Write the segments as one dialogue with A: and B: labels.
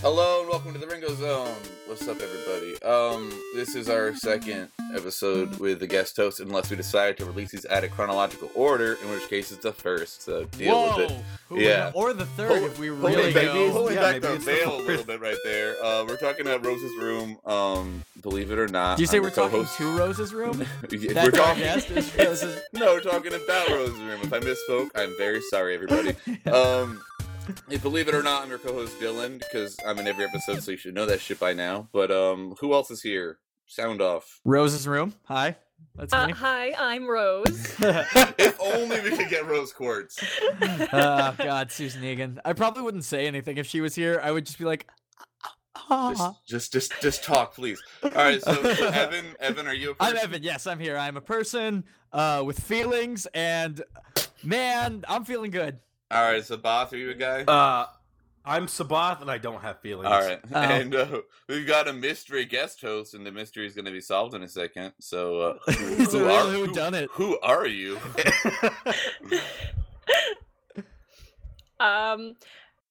A: Hello and welcome to the Ringo Zone. What's up, everybody? Um, this is our second episode with the guest host, unless we decide to release these out of chronological order, in which case it's the first. So deal with it.
B: Who-
A: Yeah.
B: Or the third,
A: Hold-
B: if we
A: Pulling
B: really
A: back,
B: go.
A: pulling
B: yeah,
A: back
B: maybe
A: the
B: it's
A: veil a little
B: fourth.
A: bit right there. Uh, we're talking at Rose's room. Um, believe it or not,
B: Do you say
A: I'm
B: we're
A: the
B: talking
A: co-host.
B: to Rose's room?
A: Yeah,
B: That's
A: we're
B: our
A: talking.
B: guest is Rose's.
A: No, we're talking about Rose's room. If I misspoke, I'm very sorry, everybody. Um, if believe it or not, I'm your co-host Dylan because I'm in every episode, so you should know that shit by now. But um, who else is here? Sound off.
B: Rose's room. Hi, that's
C: Uh,
B: me.
C: hi, I'm Rose.
A: if only we could get Rose quartz.
B: oh God, Susan Egan. I probably wouldn't say anything if she was here. I would just be like, "Ah."
A: Just, just, just, just talk, please. All right. So, so Evan, Evan, are you? A
B: I'm
A: person?
B: Evan. Yes, I'm here. I'm a person uh, with feelings, and man, I'm feeling good.
A: All right. So, Both, are you a guy?
D: Uh, I'm Sabath and I don't have feelings.
A: All right,
B: Oh.
A: and uh, we've got a mystery guest host, and the mystery is going to be solved in a second. So, uh, who,
B: It's a
A: who
B: real
A: are,
B: whodunit.
A: Who are you?
C: Um,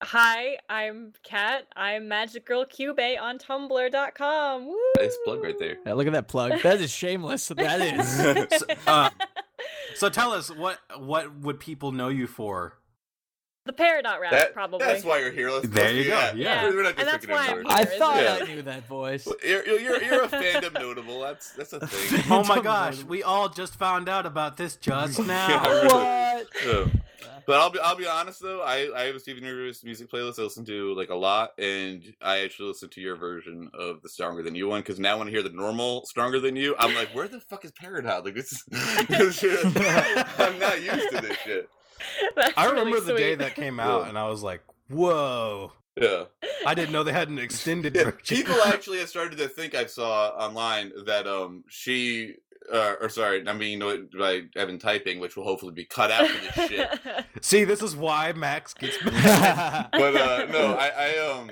C: hi, I'm Kat. I'm Magic Girl Cube on Tumblr.com. Woo!
A: Nice plug right there.
B: Yeah, look at that plug. That is shameless. That is.
D: So, uh, so tell us what what would people know you for?
C: the Peridot rap,
A: That-
C: probably.
A: That's why you're here. Let's,
D: There
A: let's
D: you
A: do
D: go,
A: that.
D: yeah.
A: We're not
C: And that's
A: picking
C: why
A: on
C: I'm
A: you.
C: here.
B: I thought
A: Yeah.
B: I knew that voice.
A: You're, you're, you're, you're a fandom notable. That's that's a thing.
D: Oh
B: Don't
D: my
B: worry.
D: gosh, we all just found out about this just now.
A: Yeah.
B: What?
A: So, but I'll be I'll be honest though. I I have a Stephen Rivers music playlist I listen to like a lot, and I actually listen to your version of the Stronger Than You one because now when I hear the normal Stronger Than You, I'm like, where the fuck is Paradox? Like this is this shit- I'm not used to this shit.
C: That's
D: I
C: really
D: remember the day
C: sweet.
D: that came out
A: Yeah.
D: and I was like, whoa.
A: Yeah.
D: I didn't know they had an extended
A: Yeah,
D: version.
A: people actually have started to think I saw online that um she uh, or sorry, I'm being annoyed by Evan typing, which will hopefully be cut out for this shit.
D: See, this is why Max gets mad.
A: But uh no, I, I um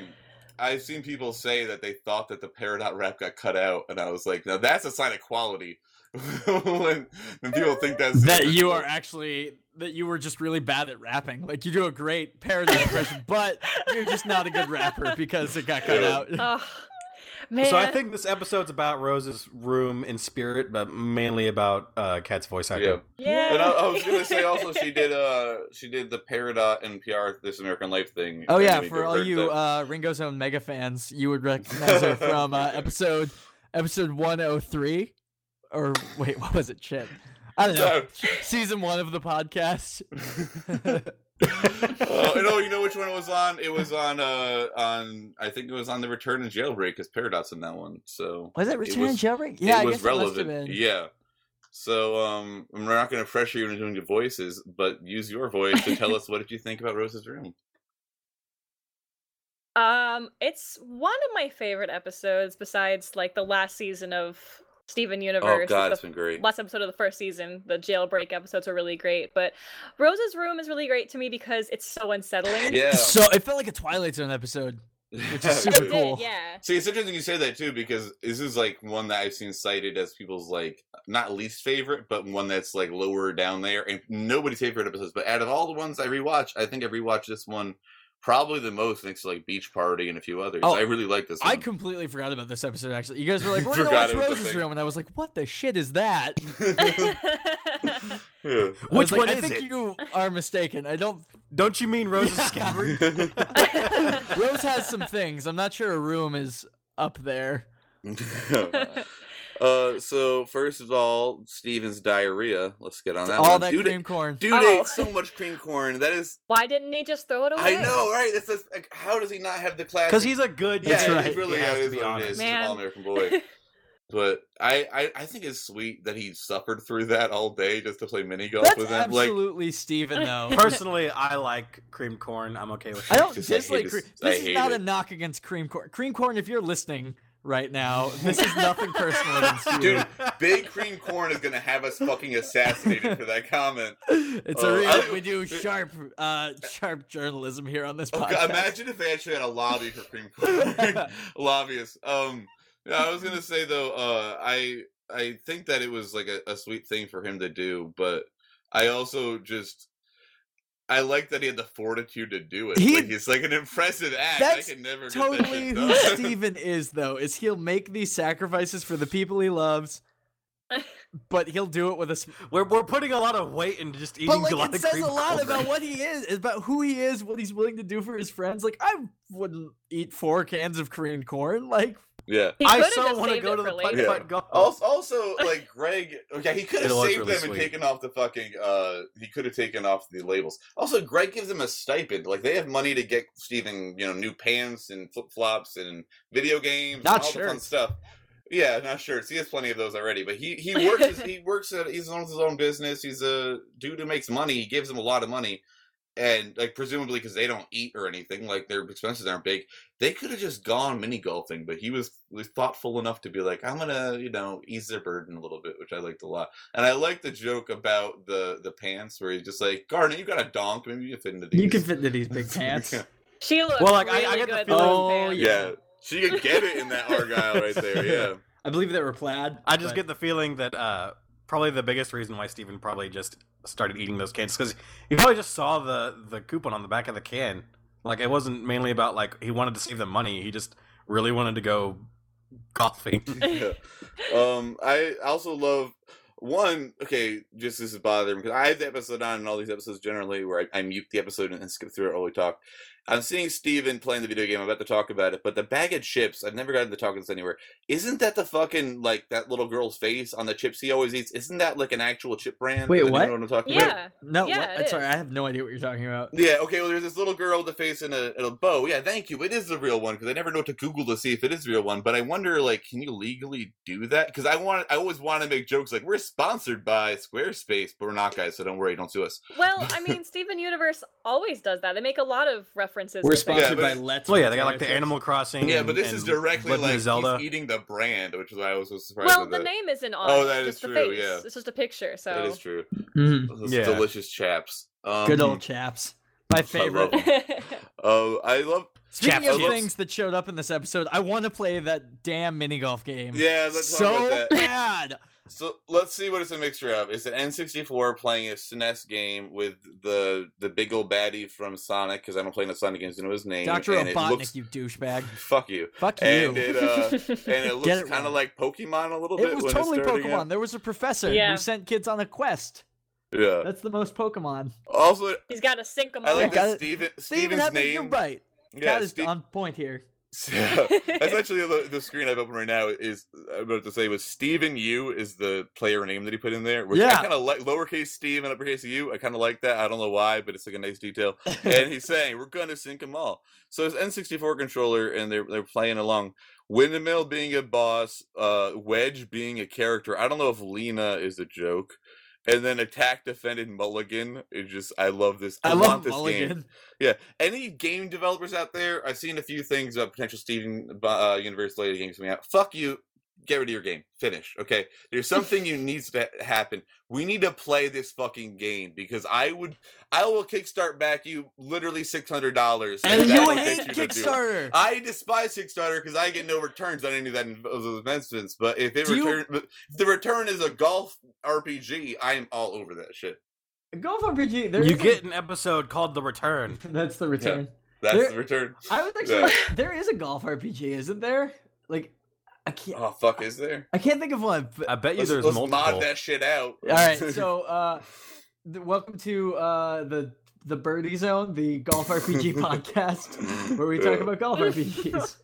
A: I've seen people say that they thought that the Peridot rap got cut out, and I was like, now that's a sign of quality. when, when people think that's
B: that you are actually that you were just really bad at rapping. Like you do a great parody impression, but you're just not a good rapper because it got cut
A: Yeah.
B: out.
C: oh, man.
D: So I think this episode's about Rose's room in spirit, but mainly about uh, Cat's voice acting.
A: Yeah.
C: yeah.
A: And I, I was gonna say also she did uh she did the Peridot NPR This American Life thing.
B: Oh
A: and
B: yeah,
A: we
B: for all
A: heard
B: you
A: that-
B: uh, Ringo's Own mega fans, you would recognize her from uh, episode episode 103, or wait, what was it? Shit, I don't know.
A: No.
B: Season one of the podcast.
A: oh, and oh, you know which one it was on? It was on uh on I think it was on the Return and Jailbreak because Paradox in that one. So
B: Was it
A: Return
B: Return
A: was-
B: and
A: and
B: Jailbreak? Yeah,
A: it
B: I
A: was
B: guess
A: relevant.
B: it must have been.
A: Yeah. So um, we're not going to pressure you into doing your voices, but use your voice to tell us what did you think about Rose's room.
C: Um, it's one of my favorite episodes besides like the last season of Steven Universe.
A: oh
C: It's
A: God,
C: the
A: it's been great.
C: last episode of the first season, the jailbreak episodes are really great. But Rose's room is really great to me because it's so unsettling.
A: Yeah.
B: So it felt like a Twilight Zone episode. which is
C: It
B: super
C: did,
B: cool.
C: yeah.
A: See, it's interesting you say that too because this is like one that I've seen cited as people's like not least favorite, but one that's like lower down there, and nobody's favorite episodes. But out of all the ones I rewatch, I think I rewatched this one probably the most, next to like Beach Party and a few others.
B: Oh,
A: I really like this. One.
B: I completely forgot about this episode. Actually, you guys were like, "We're gonna
A: Forgot
B: watch
A: it was a
B: Rose's
A: thing.
B: Room," and I was like, "What the shit is that?"
A: Yeah.
B: I was
D: Which
B: like,
D: one
B: I
D: is
B: think
D: it?
B: you are mistaken. I don't.
D: Don't you mean Rose's Scavery?
B: Rose has some things. I'm not sure a room is up there.
A: uh, so first of all, Steven's diarrhea. Let's get on Oh, that.
B: All
A: one.
B: that
A: dude,
B: cream corn.
A: dude
C: Oh.
A: ate so much cream corn. That is,
C: Why didn't they just throw it away?
A: I know, right? This is like, how does he not have the class?
D: Because he's a good
A: yeah,
B: That's
A: it-
D: dude,
B: right.
A: it really
D: he has
A: is
D: to be
A: what it
D: honest.
A: is. He's an
C: Man.
A: all American boy. But I, I, I think it's sweet that he suffered through that all day just to play mini golf
B: That's
A: with him. Like,
B: absolutely Steven, though.
D: Personally, I like creamed corn. I'm okay with
B: I
D: it.
B: don't
A: Just, I hate
B: dislike
A: this-
B: cream.
A: I
B: This
A: hate
B: is not
A: it.
B: a knock against cream corn. Cream corn, if you're listening right now, this is nothing personal against you.
A: Dude, big cream corn is gonna have us fucking assassinated for that comment.
B: it's
A: uh,
B: a real.
A: I-
B: we do sharp, uh, sharp journalism here on this
A: Oh, God,
B: podcast.
A: imagine if they actually had a lobby for cream corn lobbyists. Um, yeah, I was gonna say though, uh, I I think that it was like a, a sweet thing for him to do, but I also just I like that he had the fortitude to do it.
B: He-
A: like, it's like an impressive act.
B: That's
A: I can never
B: totally
A: get
B: who
A: that shit done.
B: Steven is though is he'll make these sacrifices for the people he loves but he'll do it with a sm-
D: We're we're putting a lot of weight into just eating
B: but
D: a
B: like
D: lot
B: it
D: of
B: says
D: cream
B: a lot
D: corn.
B: about what he is about who he is what he's willing to do for his friends like i wouldn't eat four cans of korean corn like
A: Yeah.
C: He
D: I
C: could've
D: so
C: just
D: want to
C: saved
D: go
C: it
D: to the
C: for
D: putt
A: later.
D: putt golf.
A: Also, also, like Greg, okay, he could have
D: It was
A: saved
D: really
A: them and
D: sweet.
A: taken off the fucking. uh He could have taken off the labels. Also, Greg gives them a stipend. Like they have money to get Steven, you know, new pants and flip flops and video games,
B: Not
A: and all the fun
B: shirts.
A: stuff. Yeah, not shirts. He has plenty of those already. But he he works. his, he works. At, he owns his own business. He's a dude who makes money. He gives them a lot of money. And like presumably because they don't eat or anything, like their expenses aren't big, they could have just gone mini golfing, but he was, was thoughtful enough to be like, I'm gonna, you know, ease their burden a little bit, which I liked a lot. And I like the joke about the the pants where he's just like, Garner, you got a donk, maybe you can fit into these.
B: you can fit into these big pants
A: Yeah.
C: She looked
D: Well, like, I- I
C: really
D: got the
C: good. in
D: feeling-
C: those
B: Oh,
C: pants.
A: Yeah. She could get it in that Argyle right there, yeah.
B: i believe they were plaid
D: I just
B: but-
D: get the feeling that uh, probably the biggest reason why Steven probably just started eating those cans because he probably just saw the the coupon on the back of the can. Like it wasn't mainly about like he wanted to save the money. He just really wanted to go golfing.
A: Yeah. Um, I also love one. Okay, just this is bothering because I have the episode on and all these episodes generally where I, I mute the episode and, skip through it while we talk. I'm seeing Steven playing the video game. I'm about to talk about it, but the bag of chips. I've never gotten to talk this anywhere. Isn't that the fucking like that little girl's face on the chips he always eats? Isn't that like an actual chip brand?
B: Wait,
A: Does anyone
B: what?
A: know what I'm talking about?
C: yeah.
B: no
C: Yeah,
B: what?
C: it
B: sorry
C: is.
B: i have no idea what you're talking about
A: Yeah, okay, well, there's this little girl with a face and a, and a bow. Yeah, thank you. It is the real one because I never know what to Google to see if it is the real one. But I wonder, like, can you legally do that? Because I want, I always want to make jokes like, we're sponsored by Squarespace, but we're not, guys, so don't worry, don't sue us.
C: Well, I mean, Steven Universe always does that. They make a lot of references.
B: we're
C: to things.
B: sponsored
A: but-
B: by let's
D: well, yeah,
B: Make
D: they got like the
B: Fried Chips.
D: Animal Crossing.
A: yeah,
D: and-
A: but this is
D: and
A: directly
D: Legend of
A: like
D: Zelda.
A: he's eating the brand, which is why I was so surprised.
C: Well,
A: by that.
C: the name isn't on.
A: Oh,
C: it,
A: that
C: just
A: is
C: the
A: true,
C: face.
A: yeah.
C: It's just a picture. So
A: That is true.
B: Mhm.
A: Those
D: Yeah.
A: delicious chaps. Um,
B: good old chaps my favorite
A: them. Oh, I love.
B: Speaking
D: Chaps.
B: of
A: Looks-
B: things that showed up in this episode, I want to play that damn mini golf game.
A: Yeah, let's talk about
B: so
A: that.
B: bad.
A: So let's see what it's a mixture of. It's an N64 playing a SNES game with the the big old baddie from Sonic because I don't play no Sonic games, I know his name.
B: Dr.
A: and it
B: Robotnik,
A: looks
B: you douchebag.
A: fuck you.
B: Fuck you.
A: And it uh, and it looks
B: it
A: kind of
B: wrong.
A: like Pokemon a little bit.
B: It was
A: when
B: totally
A: starting
B: Pokemon.
A: out.
B: There was a professor
C: Yeah.
B: who sent kids on a quest.
A: Yeah.
B: That's the most Pokemon.
A: Also,
C: He's got to sink them
A: I
C: all.
A: like
B: Yeah, got
A: that
B: it.
A: Steven
B: Steven,
A: Steven's
B: Hepburn, you're
A: name.
B: right.
A: Yeah,
B: that is
A: Ste-
B: on point here.
A: That's actually the, the screen I've opened right now. Is I'm about to say was Steven U is the player name that he put in there. Which I
B: Yeah.
A: kind of like lowercase Steve and uppercase U. I kind of like that. I don't know why, but it's like a nice detail. and he's saying we're going to sink them all. So it's N64 controller, and they're they're playing along. Windmill being a boss, uh, Wedge being a character. I don't know if Lena is a joke, and then attack defended Mulligan. It just I love this. I,
B: I
A: want
B: love
A: this game.
B: Mulligan.
A: Yeah, any game developers out there? I've seen a few things about potential Steven uh, Universe later games coming out. Fuck you. Get rid of your game. Finish. Okay. There's something you needs to happen. We need to play this fucking game because I would, I will kickstart back you literally six hundred dollars.
B: And you hate Kickstarter.
A: I despise Kickstarter because I get no returns on any of that in- of those investments. But if it
B: Do you-
A: return, but if the return is a golf RPG, I am all over that shit.
B: Golf RPG. There
D: You
B: is a-
D: get an episode called The Return.
B: That's the return.
A: That's
B: There-
A: the return.
B: I was actually. there is a golf RPG, isn't there? Like, I can't.
A: Oh fuck, is there?
B: I can't think of one. But,
D: I bet you
A: Let's,
D: there's
A: let's
D: multiple.
A: mod that shit out.
B: all right. So, uh, th- welcome to uh, the the Birdie Zone, the golf RPG podcast, where we talk
A: Yeah.
B: about golf RPGs.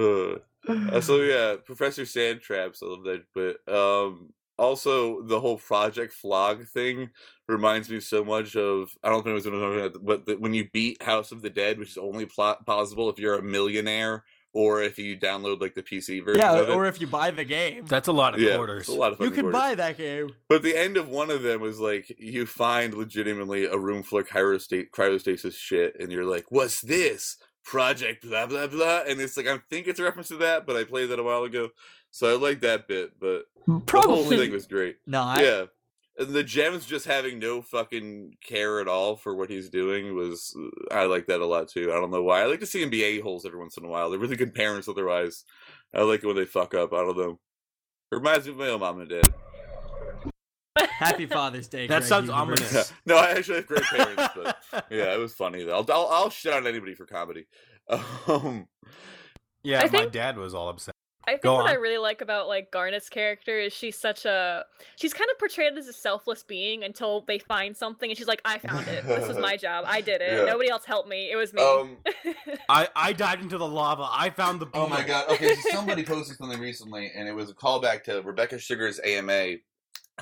A: Uh, Uh, so yeah, Professor Sand Traps, I love that. But um, also the whole Project Flog thing reminds me so much of I don't think it was another, but the, when you beat House of the Dead, which is only plot possible if you're a millionaire or if you download like the PC version.
B: yeah,
A: of it.
B: or if you buy the game,
D: That's a lot of
A: yeah,
D: quarters.
A: it's a lot of
B: you
A: fucking
B: can
A: quarters.
B: buy that game.
A: But the end of one of them was like you find legitimately a room full of cryostat- cryostasis shit, and you're like, "What's this project?" Blah blah blah, and it's like I think it's a reference to that, but I played that a while ago, so I like that bit. But the whole thing
B: Probably
A: was great.
B: not.
A: yeah, and the gems just having no fucking care at all for what he's doing was uh, I like that a lot too. I don't know why. I like to see him be a holes every once in a while. They're really good parents otherwise. I like it when they fuck up. I don't know. Reminds me of my own mom and dad.
B: Happy Father's Day.
D: That
B: Greg
D: sounds
B: Hugenberg.
D: ominous. Yes.
A: No, I actually have great parents, but yeah, it was funny. Though. I'll, I'll I'll shit on anybody for comedy. Um,
D: Yeah,
C: I
D: my
C: think-
D: dad was all upset.
C: I think
D: Go
C: what I
D: on.
C: really like about like Garnet's character is she's such a she's kind of portrayed as a selfless being until they find something and she's like, I found it. This was my job. I did it.
A: Yeah.
C: Nobody else helped me. It was me.
A: um,
D: I, I dived into the lava. I found the.
A: Oh my
D: beetle.
A: god! Okay, so somebody posted something recently, and it was a callback to Rebecca Sugar's AMA, and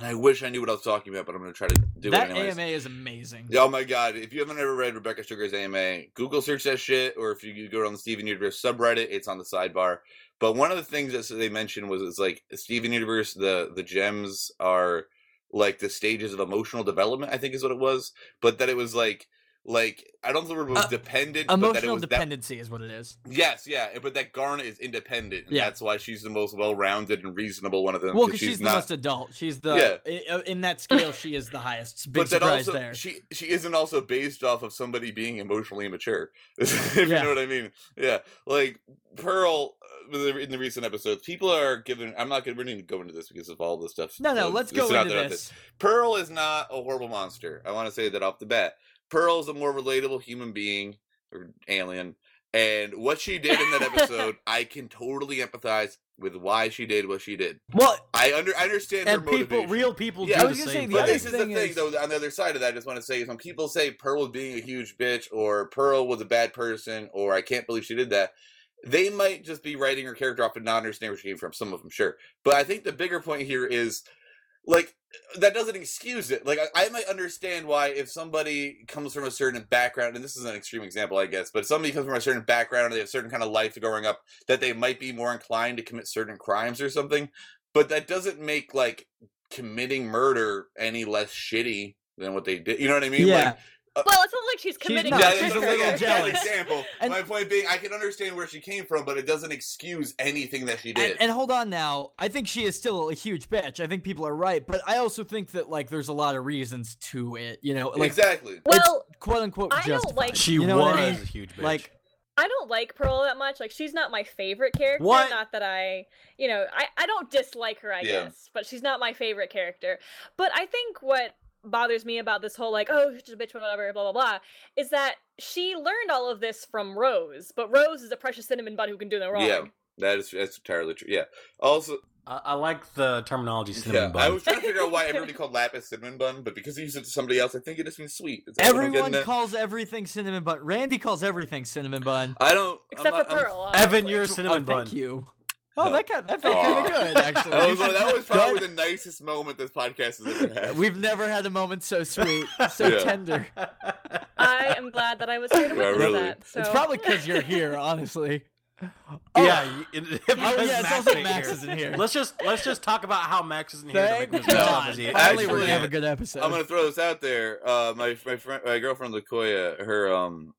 A: I wish I knew what I was talking about, but I'm gonna try to do
B: That
A: it anyways.
B: AMA is amazing.
A: Yeah, Oh my god! If you haven't ever read Rebecca Sugar's AMA, Google search that shit, or if you go on the Steven Universe subreddit, it's on the sidebar. But one of the things that they mentioned was it's like Steven Universe, the the gems are like the stages of emotional development. I think is what it was, but that it was like like I don't think it was
B: Uh,
A: dependent, but that it
B: Emotional
A: was that
B: dependency is what it is.
A: Yes, yeah, and- but that Garnet is independent, and
B: Yeah.
A: that's why she's the most well-rounded and reasonable one of them.
B: Well,
A: 'cause
B: because she's, the
A: not.
B: most adult. She's the i- in that scale. She is the highest. Big
A: but that
B: surprise
A: also
B: there.
A: she she isn't also based off of somebody being emotionally immature. if you
B: Yeah.
A: know what I mean? Yeah, like Pearl uh, in the recent episodes, people are given. I'm not going to go into this because of all the stuff.
B: no, no.
A: that's-
B: Let's
A: that's
B: go
A: out
B: into
A: there on
B: this.
A: Pearl is not a horrible monster. I want to say that off the bat. Pearl is a more relatable human being or alien. And what she did in that episode, I can totally empathize with why she did what she did.
B: Well,
A: I under I understand her
D: And people,
A: motivation.
D: real people
A: Yeah, I
D: do the
B: was
D: same.
B: gonna say the
A: but
B: other
A: this is the
B: thing
A: thing,
B: is-
A: though. On the other side of that, I just want to say is when people say Pearl was being a huge bitch, or Pearl was a bad person, or I can't believe she did that, they might just be writing her character off and not understand where she came from. Some of them, sure, but I think the bigger point here is like that doesn't excuse it. Like I, I might understand why if somebody comes from a certain background, and this is an extreme example, I guess, but if somebody comes from a certain background and they have a certain kind of life growing up, that they might be more inclined to commit certain crimes or something. But that doesn't make like committing murder any less shitty than what they did. You know what I mean?
B: yeah.
A: Like,
C: well, it's not like she's committing
B: not-
A: yeah,
B: she's
A: that's
B: a
A: okay,
B: little
A: yeah, that's an
B: jealous.
A: example.
B: And-
A: My point being, I can understand where she came from, but it doesn't excuse anything that she did.
B: and, and hold on now. I think she is still a huge bitch. I think people are right, but I also think that like there's a lot of reasons to it. You know, like
A: exactly.
C: well,
B: quote unquote.
C: I don't
B: justified.
C: like-
D: She
B: You know
D: was
B: what I mean?
D: a huge bitch.
B: Like
C: I don't like Pearl that much. Like she's not my favorite character.
D: What?
C: Not that I, you know, I I don't dislike her. I
A: Yeah.
C: guess, but she's not my favorite character. But I think what bothers me about this whole like oh she's a bitch whatever blah blah blah is that she learned all of this from Rose, but Rose is a precious cinnamon bun who can do no wrong.
A: Yeah. That is that's entirely true. Yeah. Also,
D: I, I like the terminology cinnamon
A: yeah,
D: bun.
A: I was trying to figure out why everybody called lapis cinnamon bun, but because he used it to somebody else, I think it just means sweet. Is that what I'm getting
B: everyone
A: at?
B: calls everything cinnamon bun. Randy calls everything cinnamon bun.
A: I don't. I'm
C: Except
A: not-
C: for
A: I'm-
C: Pearl.
D: Evan,
C: obviously.
D: you're a
B: Oh,
D: cinnamon bun.
B: thank you. Oh, that got, that felt
A: Aw.
B: kind of good actually.
A: That was, Oh, that was probably
B: That-
A: the nicest moment this podcast has ever had.
B: We've never had a moment so sweet, so
A: Yeah.
B: tender.
C: I am glad that I was here to
A: Yeah,
C: witness
A: really.
C: that. So.
B: It's probably because you're here, honestly. Oh,
D: yeah, you- it, it
B: Oh,
D: was
B: yeah, it's
D: Max
B: also
D: ain't
B: Max
D: here.
B: isn't here.
D: Let's just let's just talk about how Max isn't here. to
B: Thank
D: make
B: God.
D: this job as he-
B: Finally, we're
A: Actually,
B: gonna have a good episode.
A: I'm gonna throw this out there. Uh, my my friend, my girlfriend Lakoya, her um,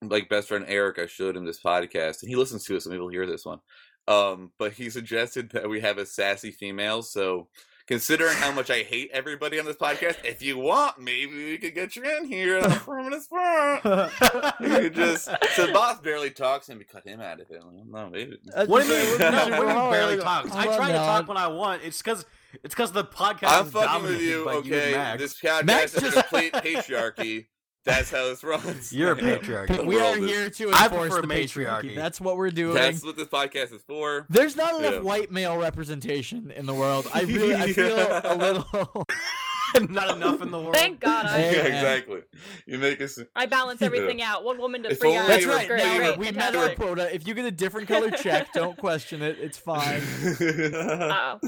A: like best friend Eric, I showed him this podcast, and he listens to it, so maybe he'll hear this one. Um, but he suggested that we have a sassy female. So, considering how much I hate everybody on this podcast, if you want, maybe we could get you in here on the permanent spot. You could just so boss barely talks and we cut him out of it. Like, No, maybe.
B: Uh,
D: What do you mean?
A: Yeah.
D: No, what do you mean
B: Well,
D: barely talks? I
B: well,
D: try to
B: no,
D: talk when I want. It's because it's because the podcast
A: I'm
D: is
A: fucking with
D: dominated
A: you.
D: by you and
A: Okay,
D: Max.
A: this podcast
B: Max
A: is a
B: just-
A: complete patriarchy. That's how this runs.
D: You're a
A: Yeah.
D: patriarch.
B: We are
A: world is-
B: here to
D: I
B: enforce
D: prefer
B: the patriarchy.
D: matriarchy.
B: That's what we're doing.
A: That's what this podcast is for.
B: There's not enough
A: Yeah.
B: white male representation in the world. I really, I feel a little.
D: Not enough in the world.
C: Thank God
A: Yeah,
C: I,
B: Hey.
A: exactly. You make us.
C: I balance everything out. One woman to
A: If
C: three
A: only we
B: That's
C: guys.
A: were-
B: right.
C: Great,
B: now
C: great,
B: we met our
C: fantastic.
B: quota. If you get a different color check, don't question it. It's fine
C: Uh-oh.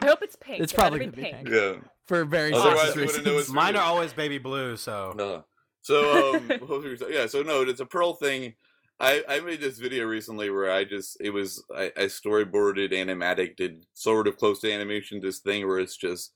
C: I hope it's pink.
B: It's
C: It better
B: probably
C: be
B: gonna be
C: pink.
B: pink.
A: yeah.
B: for very
A: Otherwise,
B: serious
A: we wouldn't know
B: reasons.
A: it's
D: Mine are
A: really-
D: always baby blue, so
A: No. So um, what was we saying? yeah. So no, it's a pearl thing. I, I made this video recently where I just it was I, I storyboarded animatic did sort of close to animation this thing where it's just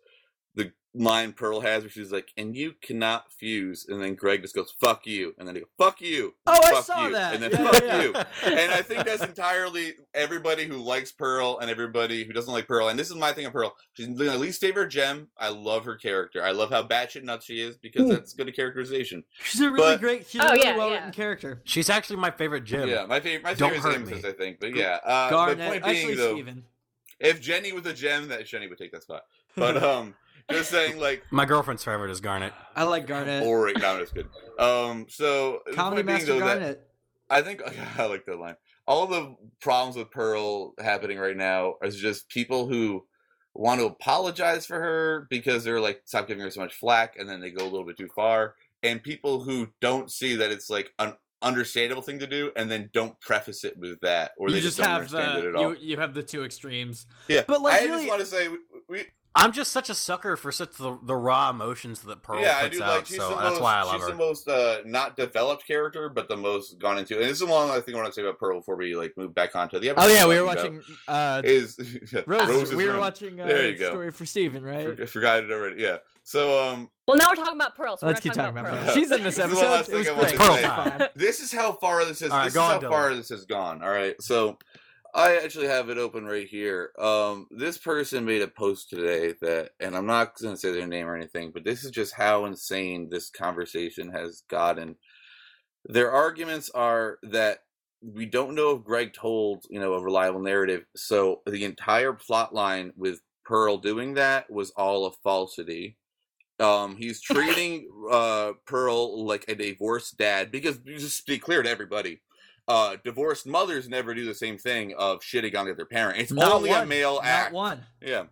A: the line Pearl has where she's like and you cannot fuse and then Greg just goes fuck you and then he goes fuck you
B: Oh, I
A: fuck
B: saw
A: you,
B: that.
A: and then
B: Yeah,
A: fuck
B: yeah.
A: you. and I think that's entirely everybody who likes Pearl and everybody who doesn't like Pearl. And this is my thing on Pearl. She's my least favorite gem. I love her character. I love how batshit nuts she is
B: Hmm.
A: because that's good characterization.
B: She's a really
A: But-
B: great, she's
C: Oh,
B: a really
C: yeah,
B: well-written
C: yeah.
B: character.
D: she's actually my favorite gym.
A: Yeah, my favorite. My
D: Don't
A: favorite
D: hurt
A: is Amethyst,
D: me.
A: I think. But yeah, uh, my
B: Garnet,
A: point being
B: actually,
A: though,
B: Steven.
A: if Jenny was a gem, that Jenny would take that spot. But um, Just saying, like,
D: My girlfriend's favorite is Garnet.
B: I like Garnet.
A: or right now it's good. Um, so the
B: Comedy
A: point being,
B: Master
A: though, that-
B: Garnet.
A: I think I like that line. All the problems with Pearl happening right now is just people who want to apologize for her because they're like, stop giving her so much flack, and then they go a little bit too far. And people who don't see that it's like an understandable thing to do, and then don't preface it with that, or they
B: you
A: just,
B: just
A: don't
B: have
A: understand it
B: the
A: at all.
B: you, you have the two extremes.
A: yeah,
B: but, like,
A: I
B: really-
A: just want to say, we, we,
D: I'm just such a sucker for such the, the raw emotions that Pearl
A: yeah, I
D: puts
A: do
D: out,
A: like. She's
D: so
A: the
D: that's
A: most,
D: why I love
A: she's
D: her.
A: the most uh, not developed character, but the most gone into. And this is one I think I want to say about Pearl before we like move back onto the episode.
B: Oh yeah, we were
A: about.
B: watching uh,
A: is
B: Rose.
A: Rose's
B: we were
A: room.
B: watching uh,
A: There you go.
B: Story for Steven,
A: I
B: right?
A: for- I forgot it already. Yeah. So um,
C: Well, now we're talking about pearls.
B: Let's keep talking about
A: Pearl.
B: Pearl. She's in this
A: This is
B: episode.
A: one last
B: It
A: thing
B: was
A: I wanted
B: great.
D: to
B: Pearl
D: say.
B: time.
A: this is how far this is.
D: All right,
A: this
D: go
A: is
D: on,
A: how
D: Dylan.
A: far this has gone. All right. So I actually have it open right here. Um, this person made a post today that, and I'm not going to say their name or anything, but this is just how insane this conversation has gotten. Their arguments are that we don't know if Greg told, you know, a reliable narrative. So the entire plot line with Pearl doing that was all a falsity. Um, he's treating uh, Pearl like a divorced dad because just to be clear to everybody, uh, divorced mothers never do the same thing of shitting on the other parent. It's
B: Not
A: only a
B: one.
A: male
B: Not
A: act.
B: one.
A: Yeah,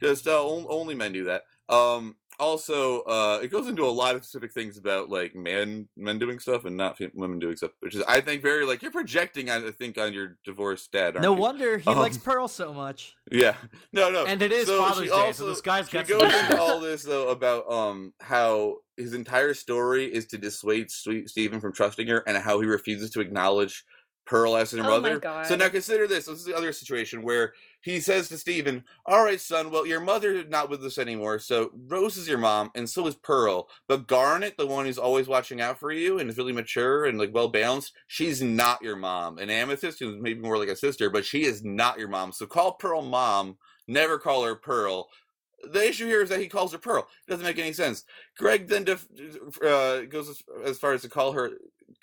A: just uh, on- only men do that. Um, also, uh, it goes into a lot of specific things about like men men doing stuff and not fe- women doing stuff, which is I think very like you're projecting. I think on your divorced dad. Aren't
B: No
A: you?
B: wonder he
A: Um,
B: likes Pearl so much.
A: Yeah. No, no.
D: And it is
A: So
D: Father's
A: she
D: Day,
A: also-
D: so this guy's
A: She
D: got some
A: goes into
D: issues.
A: all this though about um how his entire story is to dissuade Sweet Stephen from trusting her, and how he refuses to acknowledge Pearl as her
C: Oh my
A: mother. So
C: God.
A: now consider this. This is the other situation where he says to Stephen, "All right, son. Well, your mother is not with us anymore. So Rose is your mom, and so is Pearl. But Garnet, the one who's always watching out for you and is really mature and like well balanced, she's not your mom. And Amethyst is maybe more like a sister, but she is not your mom. So call Pearl mom." never call her Pearl. The issue here is that he calls her Pearl. It doesn't make any sense. Greg then def- uh, goes as- as far as to call her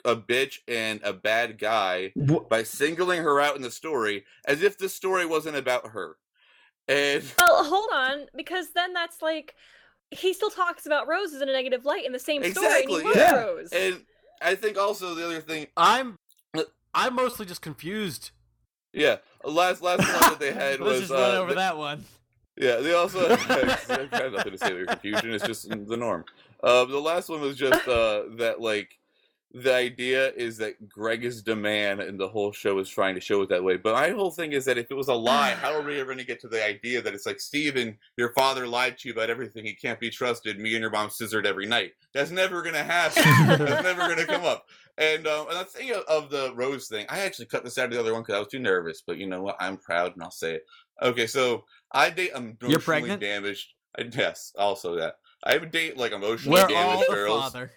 A: a bitch and a bad guy by singling her out in the story as if the story wasn't about her. And
C: Well, hold on, because then that's like he still talks about roses in a negative light in the same
A: Exactly,
C: story. And he
B: yeah.
C: loves Rose.
A: and I think also the other thing,
D: I'm I'm mostly just confused.
A: yeah, last last one that they had was
B: Let's just
A: uh,
B: run over
A: th-
B: that one.
A: Yeah, they also I've got nothing to say about your confusion. It's just the norm. Um, the last one was just uh, that like the idea is that Greg is the man, and the whole show is trying to show it that way. But my whole thing is that if it was a lie, how are we ever going to get to the idea that it's like Steven, your father lied to you about everything. He can't be trusted. Me and your mom scissored every night. That's never going to happen. that's never going to come up. And um, and that's the thing of- of the Rose thing. I actually cut this out of the other one because I was too nervous. But you know what? I'm proud, and I'll say it. Okay, so. I date emotionally
B: pregnant?
A: damaged. I, yes, also that. I would date like emotionally
B: We're all
A: damaged
B: the
A: girls.
B: father.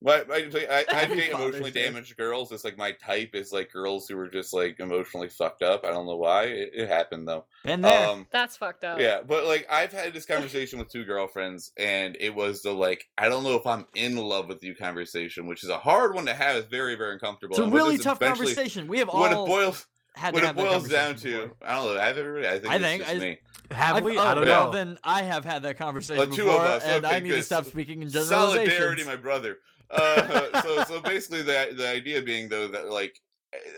A: Why- I, I, I,
B: Every
A: date
B: father
A: emotionally
B: should.
A: damaged girls. It's like my type is like girls who are just like emotionally fucked up. I don't know why. It, it happened though.
B: Been there.
A: Um,
C: That's fucked up.
A: yeah, but like I've had this conversation with two girlfriends, and it was the like I don't know if I'm in love with you conversation, which is a hard one to have. It's very very uncomfortable.
B: it's a
A: and what
B: really
A: this
B: tough
A: eventually-
B: conversation. We have all
A: What it boils
B: had
A: what
B: to
A: it
B: have that
A: boils down
B: conversation
A: to,
B: before.
A: I don't know. I have everybody. I think
B: I
A: it's
B: think-
A: just
B: I-
A: me.
D: Have
B: I've-
D: we?
B: oh,
D: I don't
B: well,
D: know.
B: Then I have had that conversation
A: Uh, two of
B: before,
A: us,
B: and
A: okay,
B: I need to
A: good.
B: stop speaking in generalizations.
A: solidarity, my brother. Uh, so, so basically, the the idea being though that like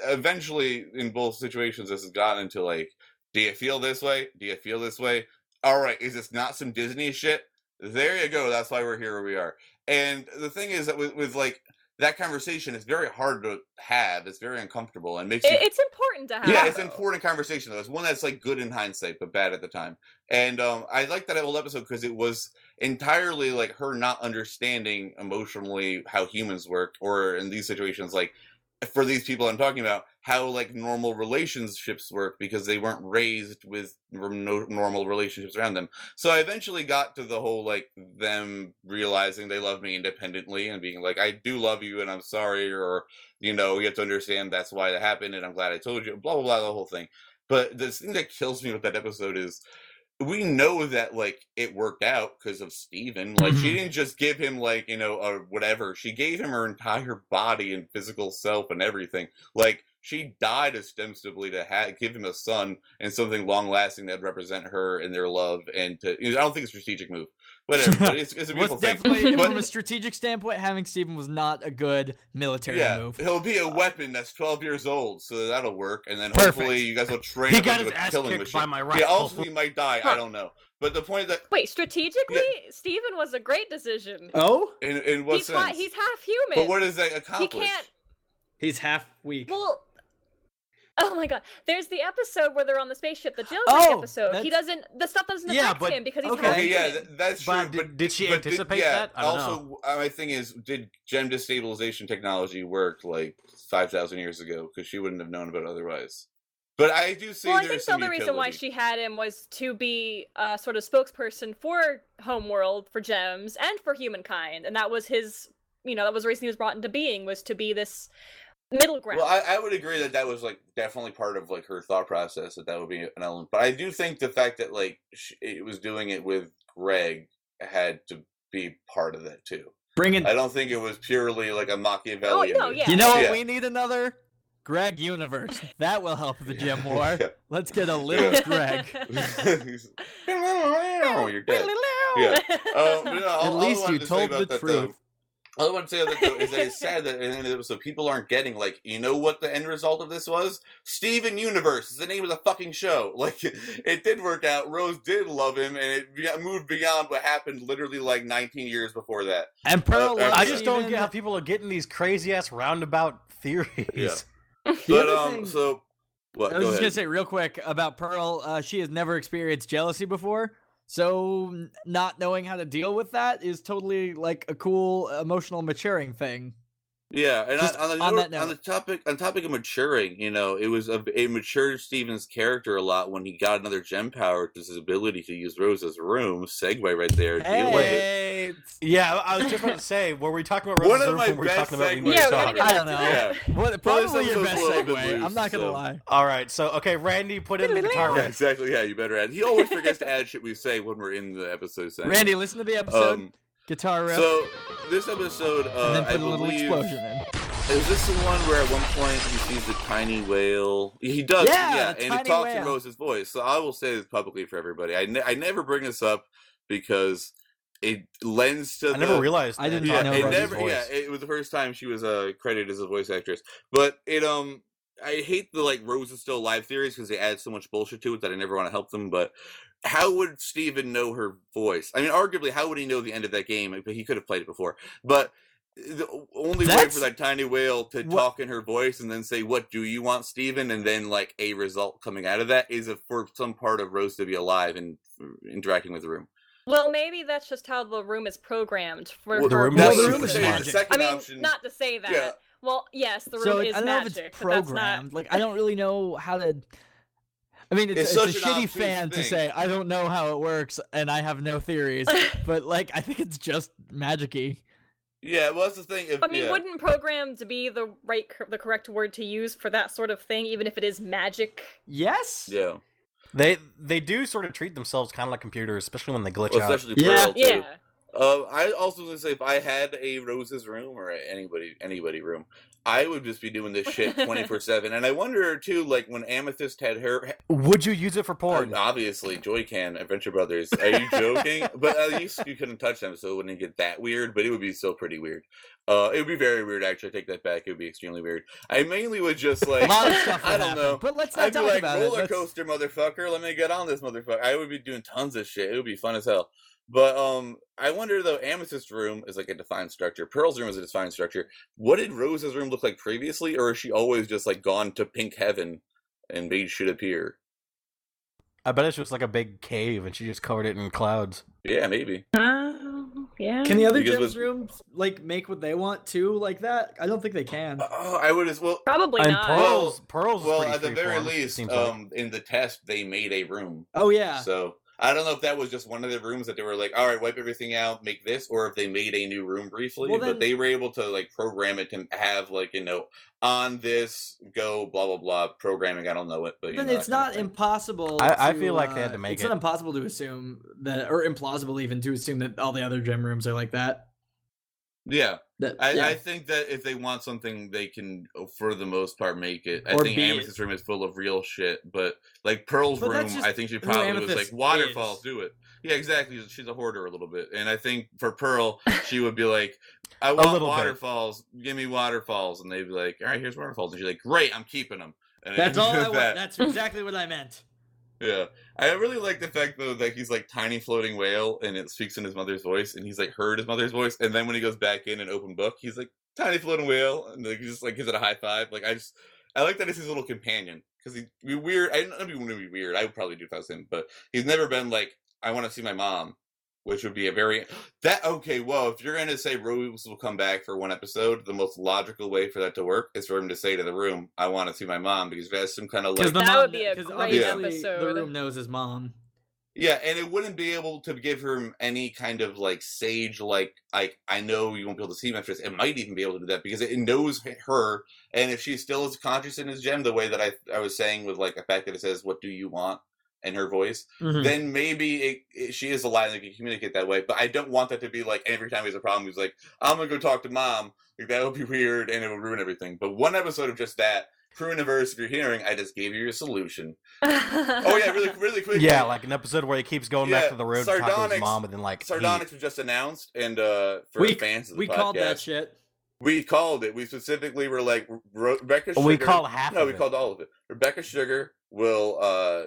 A: eventually in both situations, this has gotten into like, do you feel this way? Do you feel this way? All right, is this not some Disney shit? There you go. That's why we're here where we are. And the thing is that with, with like that conversation, it's very hard to have. It's very uncomfortable and makes you
C: It- it's important to have.
A: yeah, it's
C: though.
A: an important conversation though. It's one that's like good in hindsight, but bad at the time. And um, I like that whole episode because it was entirely like her not understanding emotionally how humans work, or in these situations, like for these people I'm talking about, how like normal relationships work because they weren't raised with r- no, normal relationships around them. So I eventually got to the whole like them realizing they love me independently and being like, I do love you and I'm sorry, or you know, you have to understand that's why that happened, and I'm glad I told you, blah blah blah, the whole thing. But the thing that kills me with that episode is we know that like it worked out because of Steven. Like she
B: Mhm.
A: didn't just give him like, you know, a whatever. She gave him her entire body and physical self and everything. Like she died ostensibly to ha- give him a son and something long lasting that would represent her and their love. And to, I don't think it's a strategic move. Whatever, but it's, it's a
B: was
A: beautiful thing.
B: definitely
C: But-
B: from a strategic standpoint, having Stephen was not a good military
A: yeah,
B: move.
A: he'll be a weapon that's 12 years old, so that'll work. And then
B: Perfect.
A: hopefully you guys will train
D: He
A: him
D: got
A: into a
D: his ass
A: killing
D: kicked
A: machine.
D: by my
A: yeah,
D: rifle.
A: also he might die. I don't know. But the point is that
C: Wait, strategically, Steven was a great decision.
D: Oh,
A: in, in what
C: he's,
A: sense?
C: ha- he's half human.
A: Uh, but what does that
C: he
A: accomplish?
C: can't.
B: He's half weak.
C: Well, oh my god, there's the episode where they're on the spaceship, the Jill
B: Oh,
C: episode. He
B: that's-
C: doesn't. The stuff doesn't
D: Yeah,
C: affect
D: but-
C: him because he's
B: okay.
C: half
A: Okay, yeah,
C: human.
A: th- that's true.
D: but
A: but
D: did, did she
A: but did-
D: anticipate
A: yeah,
D: that? I don't
A: also,
D: know.
A: uh, my thing is, did gem destabilization technology work like five thousand years ago? Because she wouldn't have known about it otherwise. But I do see.
C: well, I
A: there's
C: think the
A: some
C: other reason why
A: utility.
C: she had him was to be a sort of spokesperson for Homeworld, for gems, and for humankind, and that was his. You know, that was the reason he was brought into being was to be this middle ground.
A: Well, I, I would agree that that was like definitely part of like her thought process that that would be an element. But I do think the fact that like sh it was doing it with Greg had to be part of that too.
B: Bringing.
A: I don't think it was purely like a Machiavellian.
C: Oh, no,
A: move.
C: yeah.
B: You know what?
A: Yeah.
B: We need another Greg universe. That will help the gym war.
A: Yeah.
B: Let's get a little
A: Yeah.
B: Greg.
A: You're dead. Yeah. Um, but no,
B: At
A: all- all I
B: least you
A: wanted to say
B: told
A: about
B: the
A: that, though-
B: truth.
A: all I want to say about that though, is that it's sad that in the end of the episode, people aren't getting like, you know what the end result of this was? Steven Universe is the name of the fucking show. Like, it, did work out. Rose did love him, and it be- moved beyond what happened literally like 19 years before that.
B: And Pearl.
A: Uh,
B: loves
D: I just don't
B: Steven.
D: get how people are getting these crazy ass roundabout theories.
A: Yeah.
B: The
A: But
B: other
A: um,
B: thing-
A: so what?
B: I was
A: Go
B: just
A: ahead.
B: gonna say real quick about Pearl. Uh, she has never experienced jealousy before, so n- not knowing how to deal with that is totally like a cool emotional maturing thing.
A: Yeah, and
B: Just
A: on, on, the
B: on
A: note-
B: that
A: on the
B: note.
A: topic on topic of maturing, you know, it was a, it matured Steven's character a lot when he got another gem power, which is his ability to use Rose's room. Segue right there. Deal with it.
B: Hey,
D: Yeah, I was just about to say, were we talking about
A: One
D: Rose's
A: of
D: Room
A: my
D: when we were
A: best
D: talking about
A: segues
D: Remus
C: yeah, we're
D: Talk?
C: gonna get
B: I
C: back
B: don't
C: to
B: know.
C: that.
B: what,
A: this
B: probably your
A: episode's
B: best
A: a little bit
B: segue. I'm not gonna
A: loose, so-
B: lie.
D: All right, so okay, Randy, put in the guitar
A: Yeah,
D: riff.
A: exactly. Yeah, you better add. He always forgets to add shit we say when we're in the episode. Saying.
B: Randy, listen to the episode.
A: um,
B: Guitar riff,
A: so this episode, uh,
B: and then
A: I
B: put a little
A: believe,
B: explosion in.
A: Is this the one where at one point he sees the tiny whale? He does,
B: Yeah,
A: yeah,
B: the
A: and he
B: tiny
A: talks in
B: whale.
A: Rose's voice. So I will say this publicly for everybody. I, ne- I never bring this up because it lends to
D: I
A: the.
D: never realized.
B: I
D: that.
B: didn't
A: yeah,
B: know
A: it
B: Rose's
A: never. Yeah, it was the first time she was uh, credited as a voice actress. But it um, I hate the like Rose is still alive theories because they add so much bullshit to it that I never want to help them. But how would Steven know her voice? I mean, arguably, how would he know the end of that game? But he could have played it before. But the only way
B: That's-
A: for that tiny whale to
B: Wha-
A: talk in her voice and then say, "What do you want, Steven? and then like a result coming out of that is if for some part of Rose to be alive and uh, interacting with the room.
C: Well, maybe that's just how the room is programmed for
A: Well,
D: the
C: for
D: room
A: Well,
D: is
A: the
C: voices.
A: room is
D: super
A: the
D: magic.
A: second
C: I mean,
A: option.
C: not to say that.
A: Yeah.
C: Well, yes, the room
B: so
C: is
B: I don't
C: magic,
B: know if it's
C: but that's not.
B: programmed. Like I don't really know how to. I mean, it's,
A: It's
B: it's
A: such
B: a
A: an
B: shitty
A: obtuse
B: fan to
A: thing.
B: say I don't know how it works and I have no theories, but like I think it's just magicy.
A: Yeah, well, that's the thing. If,
C: I mean,
A: yeah.
C: wouldn't programmed be the right, cor- the correct word to use for that sort of thing, even if it is magic?
B: Yes.
A: yeah.
D: They they do sort of treat themselves kind of like computers, especially when they glitch
A: Well,
D: out.
A: especially
B: Yeah.
A: Pearl, too.
C: Yeah.
A: Uh, I also was gonna say if I had a Rose's room or anybody anybody room, I would just be doing this shit twenty four seven. And I wonder too, like when Amethyst had her uh,
D: Would you use it for porn?
A: obviously Joy-Can Adventure Brothers. Are you joking? but at least you couldn't touch them, so it wouldn't get that weird. But it would be still pretty weird. Uh, it would be very weird. Actually, I take that back. It would be extremely weird. I mainly would just
B: A
A: like
B: lot of stuff.
A: I
B: would
A: don't
B: happen,
A: know.
B: But let's not
A: I'd be
B: talk
A: like
B: about it.
A: roller
B: Let's-
A: coaster motherfucker. Let me get on this motherfucker. I would be doing tons of shit. It would be fun as hell. But um, I wonder though. Amethyst's room is like a defined structure. Pearl's room is a defined structure. What did Rose's room look like previously, or is she always just like gone to pink heaven and made shit appear?
D: I bet it's just like a big cave, and she just covered it in clouds.
A: Yeah, maybe.
B: Oh,
C: Um, yeah.
B: Can the other
A: Because
B: gyms
A: with-
B: rooms like make what they want too, like that? I don't think they can.
A: Oh, I would as well.
C: Probably
D: and
C: not.
A: Paul-
D: pearls, Mm. pearls. is
A: Well,
D: pretty
A: at the very
D: freeform,
A: least,
D: seems like.
A: um, in the test, they made a room.
B: Oh yeah.
A: So I don't know if that was just one of the rooms that they were like, all right, wipe everything out, make this, or if they made a new room briefly.
B: Well,
A: but
B: then-
A: they were able to like program it to have like you know on this go blah blah blah programming. I don't know it, but you
B: then
A: know,
B: it's
A: that kind
B: not
A: of thing.
B: impossible.
D: I- I
B: to,
D: feel like they had
B: uh,
D: to make
B: It's
D: it.
B: not impossible to assume that, or implausible even to assume that all the other gym rooms are like that.
A: Yeah,
E: That-
A: I,
E: yeah.
A: I think that if they want something, they can, uh, for the most part, make it. I
E: Or
A: think
E: be it.
A: Amethyst's room is full of real shit, but like Pearl's
B: But
A: room,
B: that's just
A: I think she
B: who
A: probably was like
B: Amethyst
A: waterfalls.
B: is."
A: Do it, yeah, exactly. She's- She's a hoarder a little bit, and I think for Pearl, she would be like, "I want
D: little bit.
A: waterfalls. Give me waterfalls," and they'd be like, "All right, here's waterfalls," and she's like, "Great, I'm keeping them." And
E: That's all I want.
A: that-
E: That's exactly what I meant.
A: yeah, I really like the fact though that he's like tiny floating whale, and it speaks in his mother's voice, and he's like heard his mother's voice, and then when he goes back in an open book, he's like tiny floating whale, and like he just like gives it a high five. Like I just, I like that it's his little companion because he be weird. I don't know if he would be weird. I would probably do if I was him, but he's never been like I want to see my mom, which would be a very that okay. Well, if you're gonna say Rose will come back for one episode, the most logical way for that to work is for him to say to the room, "I want to see my mom," because that's some kind of like
C: That would be a
B: because
C: great
B: obviously The
C: episode.
B: room knows his mom.
A: Yeah, and it wouldn't be able to give him any kind of like sage, like like I know you won't be able to see him after this. It might even be able to do that because it, it knows her, and if she still is conscious in his gem, the way that I I was saying with like the fact that it says "What do you want?" in her voice,
B: Hmm.
A: then maybe it, it, she is alive and can communicate that way. But I don't want that to be like every time he has a problem, he's like, "I'm gonna go talk to mom." Like that would be weird and it would ruin everything. But one episode of just that. Crew Universe, if you're hearing, I just gave you your solution. Oh yeah, really, really quick.
D: Yeah, like an episode where he keeps going
A: Yeah,
D: back to the road to talk to
A: Sardonyx-
D: his mom, and then like he-
A: Sardonyx was just announced, and uh, for
B: We-
A: fans of the
B: We
A: podcast,
B: called that shit.
A: we called it. We specifically were like Re- Rebecca. Sugar,
D: we call half.
A: no,
D: of
A: we
D: it.
A: called all of it. Rebecca Sugar will uh,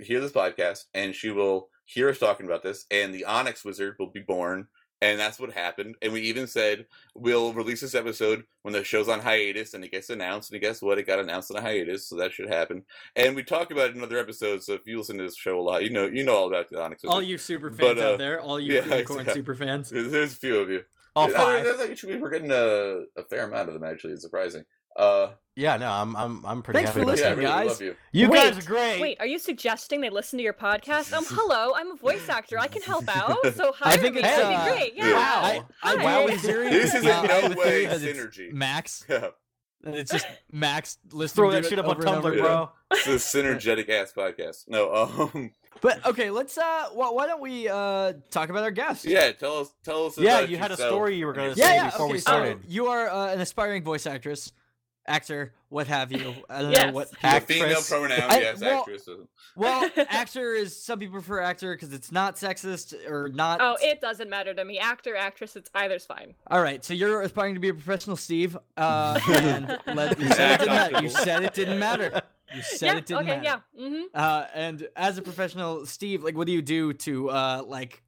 A: hear this podcast, and she will hear us talking about this, and the Onyx Wizard will be born. And that's what happened. And we even said we'll release this episode when the show's on hiatus and it gets announced. And guess what? It got announced on a hiatus, so that should happen. And we talk about it in other episodes. So if you listen to this show a lot, you know you know all about the Onyx Wizard.
B: All you super fans
A: But, uh,
B: out there, all you
A: yeah,
B: unicorn
A: exactly.
B: super fans.
A: There's- there's a few of you.
D: All
A: Yeah,
D: five.
A: That's like, we- we're getting a, a fair amount of them actually. It's surprising. Uh,
D: Yeah, no, I'm I'm I'm pretty
B: Thanks
D: happy.
B: for
D: about
A: yeah, I
B: listening.
D: that.
A: really
B: guys.
A: love you.
D: You
C: Wait,
D: guys are great.
C: Wait, are you suggesting they listen to your podcast? Um, hello, I'm a voice actor. I can help out. So hire
B: I think
C: me.
B: it's,
C: That'd
B: uh,
C: be great. Yeah.
A: yeah.
D: Wow.
B: I,
C: Hi.
B: wow, is serious.
A: This is in
B: Uh, I
A: no
B: would
A: way
B: think that it's
A: synergy.
B: Max,
A: Yeah,
B: and it's just Max listening
D: Throw
B: to
D: that
B: it
D: shit up on
B: over and over
D: Tumblr,
A: Yeah.
D: bro.
A: it's a synergetic ass podcast. No, um,
B: But okay, let's uh, wh- why don't we uh talk about our guest?
A: yeah, tell us, tell us.
D: Yeah,
A: about
D: you had a
A: yourself
D: story you were going
A: and
D: to
A: your
D: say
B: yeah, yeah.
D: before
B: okay,
D: we
B: so
D: started.
B: you are uh, an aspiring voice actress, actor, what have you? I don't know
C: Yes.
B: what.
C: The
A: The female
D: Actress.
A: pronoun,
B: I-
A: yes,
B: well-
A: actress. uh,
B: Well, actor is some people prefer actor because it's not sexist or not.
C: Oh, it doesn't matter to me. Actor, actress, it's either's fine.
B: All right, so you're aspiring to be a professional, Steve. Uh, and let, you said it didn't matter. You said it didn't matter. You said
C: yeah.
B: it didn't
C: okay.
B: matter.
C: Yeah. Mm-hmm.
B: Uh, and as a professional, Steve, like, what do you do to uh, like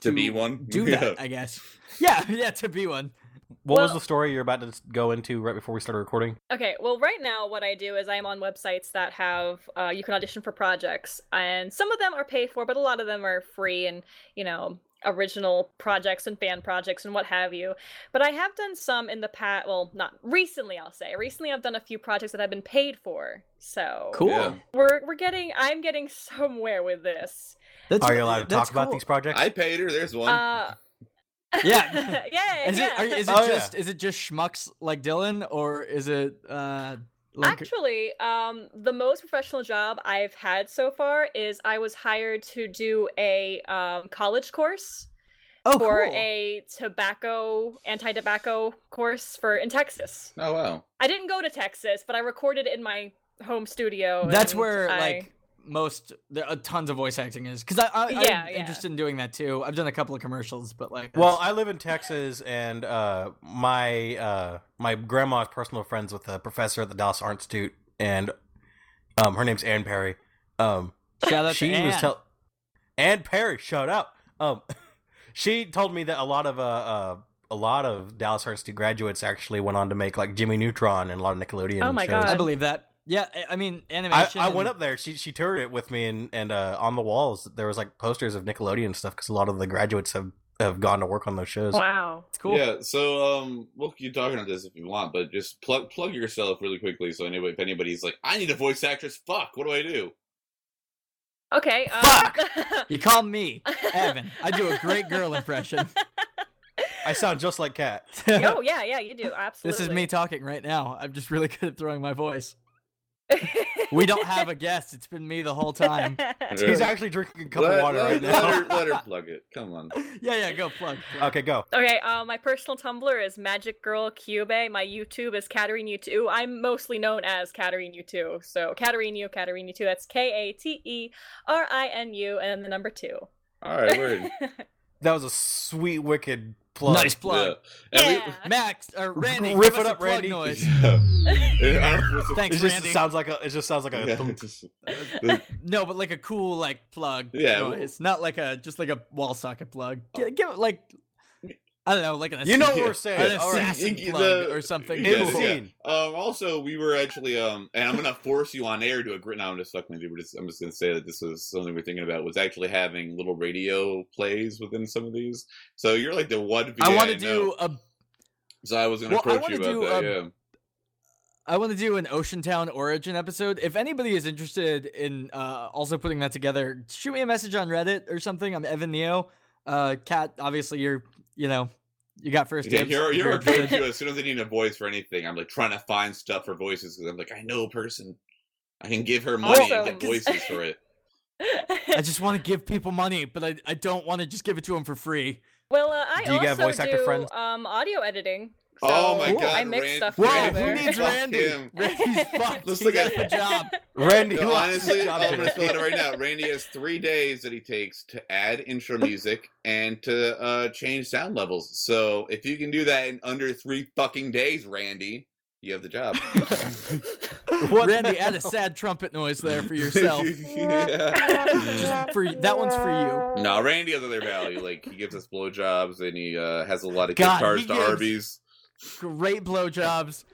A: To be one?
B: Do
A: Yeah.
B: that, I guess. Yeah, yeah, to be one.
D: What was
C: Well-
D: the story you're about to s- go into right before we started recording?
C: Okay, well, right now, what I do is I'm on websites that have uh, you can audition for projects, and some of them are paid for, but a lot of them are free and you know original projects and fan projects and what have you. But I have done some in the past, well, not recently, I'll say. Recently, I've done a few projects that have been paid for, so
B: Cool.
A: Yeah.
C: we're we're getting I'm getting somewhere with this.
B: That's
D: Are you allowed to
B: that's
D: talk about
B: cool.
D: these projects?
A: I paid her. There's one.
C: Uh,
B: Yeah.
C: yeah,
B: Is it,
C: yeah.
B: are, is it
D: Oh, yeah.
B: just is it just schmucks like Dylan, or is it uh, like
C: Actually, um, the most professional job I've had so far is I was hired to do a um, college course
B: oh,
C: for
B: cool.
C: a tobacco anti-tobacco course for in Texas.
A: oh wow.
C: I didn't go to Texas, but I recorded it in my home studio.
B: That's
C: and
B: where
C: I-
B: like most there are tons of voice acting is because I, I
C: Yeah,
B: I'm
C: yeah.
B: interested in doing that too. I've done a couple of commercials, but like
D: Well,
B: that's-
D: I live in Texas, and uh, my uh, my grandma's personal friends with a professor at the Dallas Art Institute, and um, her name's Ann Perry. Um,
B: shout out
D: she
B: to
D: was
B: Ann.
D: tell Ann Perry showed up. Um, she told me that a lot of uh, uh a lot of Dallas Art Institute graduates actually went on to make like Jimmy Neutron and a lot of Nickelodeon.
C: Oh my
D: shows.
C: God.
B: I believe that. Yeah, I- I mean
D: I,
B: animation.
D: I went
B: and-
D: up there. She she toured it with me, and and uh, on the walls there was like posters of Nickelodeon stuff because a lot of the graduates have have gone to work on those shows.
C: wow.
B: It's cool.
A: Yeah, so um, we'll keep talking about this if you want, but just plug plug yourself really quickly. So anyway, if anybody's like, I need a voice actress, fuck, what do I do?
C: Okay. Um,
B: You call me Evan. I do a great girl impression.
D: I sound just like Kat.
C: oh yeah, yeah, you do absolutely.
B: This is me talking right now. I'm just really good at throwing my voice. We don't have a guest. It's been me the whole time. He's actually drinking a cup
A: let,
B: of water
A: let-
B: right
A: let
B: now.
A: her, let her plug it. Come on.
B: yeah, yeah, go plug. plug.
D: Okay, go.
C: Okay, uh, my personal Tumblr is Magic Girl Cube. My YouTube is Katarine U2. I'm mostly known as Katarine U2. So Katarine U, Katarine U2. That's K A T E R I N U, and then the number two.
A: All right, word.
D: That was a sweet, wicked plug.
B: Nice plug.
A: Yeah. And we-
C: yeah.
B: Max or Randy,
D: Riff
B: give us
D: it
B: a
D: up,
B: plug
D: Randy.
B: noise.
A: Yeah.
D: It
B: Thanks,
D: just
B: Randy.
D: sounds like a. It just sounds like a.
A: Yeah,
D: thunk.
A: just- the-
B: No, but like a cool like plug.
A: Yeah, Oh. well-
B: noise. not like a just like a wall socket plug. Gi- Give it like I don't know, like an
D: You know what
A: Yeah.
D: we're saying.
B: an
D: All right.
B: assassin
A: The-
B: plug or something.
A: Yeah,
D: In
A: yeah.
D: scene.
A: Um, also, we were actually, um, and I'm gonna force you on air to agree. No, I'm just fucking with you. We're just, I'm just gonna say that this was something we're thinking about was actually having little radio plays within some of these. So you're like the one. VA
B: I want
A: know.
B: to do a
A: So I was gonna
B: Well, I
A: approach
B: wanna
A: you about
B: do,
A: that.
B: um, I want to do an Ocean Town origin episode. If anybody is interested in uh, also putting that together, shoot me a message on Reddit or something. I'm Evan Neo. Uh, Kat, obviously you're, you know, you got first
A: yeah.
B: dibs.
A: Okay, you're
B: if
A: you're approaching
B: interested.
A: you as soon as I need a voice for anything. I'm like trying to find stuff for voices because I'm like I know a person. I can give her money
C: Awesome.
A: and get voices for it.
B: I just want to give people money, but I, I don't want to just give it to them for free.
C: well, uh, I
D: Do you
C: also
D: get voice actor
C: do
D: friends?
C: um, audio editing. So
A: oh my
B: Cool.
A: god!
C: I mix
A: Rand-
C: stuff
B: Whoa,
A: Randy,
B: who
C: together.
B: needs
A: fuck
B: Randy?
A: him.
B: Randy's fucked.
A: Looks
B: He
A: like
B: got
A: a-
B: the job.
D: Randy,
A: No,
D: lost
A: honestly,
D: his job
A: I'm gonna
D: today.
A: spell it right now. Randy has three days that he takes to add intro music and to uh, change sound levels. So if you can do that in under three fucking days, Randy, you have the job.
D: What the
B: Randy, add a
D: hell?
B: sad trumpet noise there for yourself.
A: yeah.
B: Just for that one's for
A: No, Randy has other value. Like he gives us blowjobs and he uh, has a lot of
B: God,
A: gift cards
B: he
A: to
B: gives-
A: Arby's.
B: you. Great blowjobs.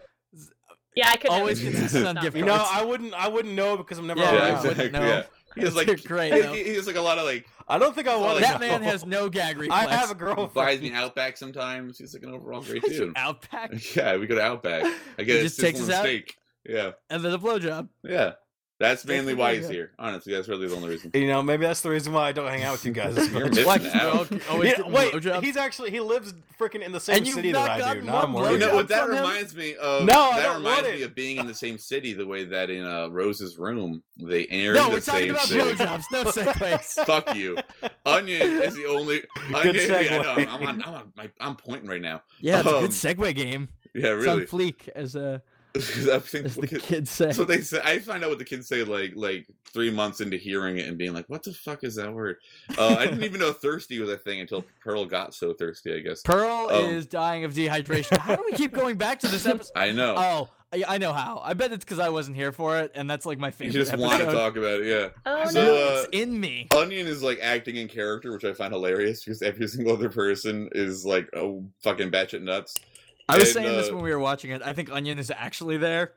C: yeah, I could never
B: Always
C: do
A: gets
C: that.
B: his son
C: Stop.
B: gift
D: You know, I wouldn't. I wouldn't know because I'm never
B: Yeah,
A: yeah,
D: around.
B: I wouldn't
A: exactly.
B: know.
A: Yeah. He has like
B: You're
A: he,
B: great. though.
A: he has like a lot of like
D: I don't think I want to.
B: That man has no gag reflex.
D: I have a girlfriend.
A: buys me Outback sometimes. He's like an overall great dude.
B: Outback
A: Yeah, we go to Outback. I
B: He
A: get a
B: just takes
A: sizzling
B: us out?
A: steak. Yeah.
B: and then a blowjob.
A: Yeah. That's mainly
B: the
A: why
B: way
A: he's
B: to go.
A: here. Honestly, that's really the only reason.
D: You know, maybe that's the reason why I don't hang out with you guys. as
A: You're
D: much.
A: missing
B: Why does
A: out.
B: Rogue always
D: Yeah,
B: get
D: wait,
B: blowjobs?
D: he's actually he lives freaking in the same
B: And you've
D: city
B: not
D: that I do.
B: gotten
D: Now I'm
B: one
A: You
D: worried.
A: know what? That
B: From him?
A: reminds me of.
D: No, I
A: that
D: don't want
A: reminds me
D: it.
A: of being in the same city. The way that in uh, Rose's room they aired
B: No,
A: the
B: we're talking
A: same
B: about
A: city.
B: blowjobs, no segues.
A: Fuck you. Onion is the only. Onion, yeah, I know,
D: segue.
A: I'm, on, I'm, on, my, I'm pointing right now.
B: Yeah, it's a
A: Um,
B: good segue game.
A: Yeah,
B: It's on
A: really.
B: fleek, as uh,
A: I think
B: as the
A: that's
B: kids say.
A: what they say. I find out what the kids say like like three months into hearing it and being like, "What the fuck is that word?" Uh, I didn't even know thirsty was a thing until Pearl got so thirsty. I guess.
B: Pearl
A: um,
B: is dying of dehydration. How do we keep going back to this episode?
A: I know.
B: Oh, I, I know how. I bet it's because I wasn't here for it, and that's like my
A: you
B: favorite.
A: just
B: episode.
A: want to talk about it, yeah.
C: Oh
A: So,
C: no.
A: uh,
B: it's in me.
A: Onion is like acting in character, which I find hilarious because every single other person is like oh fucking batshit nuts.
B: I was
A: and,
B: saying this
A: uh,
B: when we were watching it. I think Onion is actually there.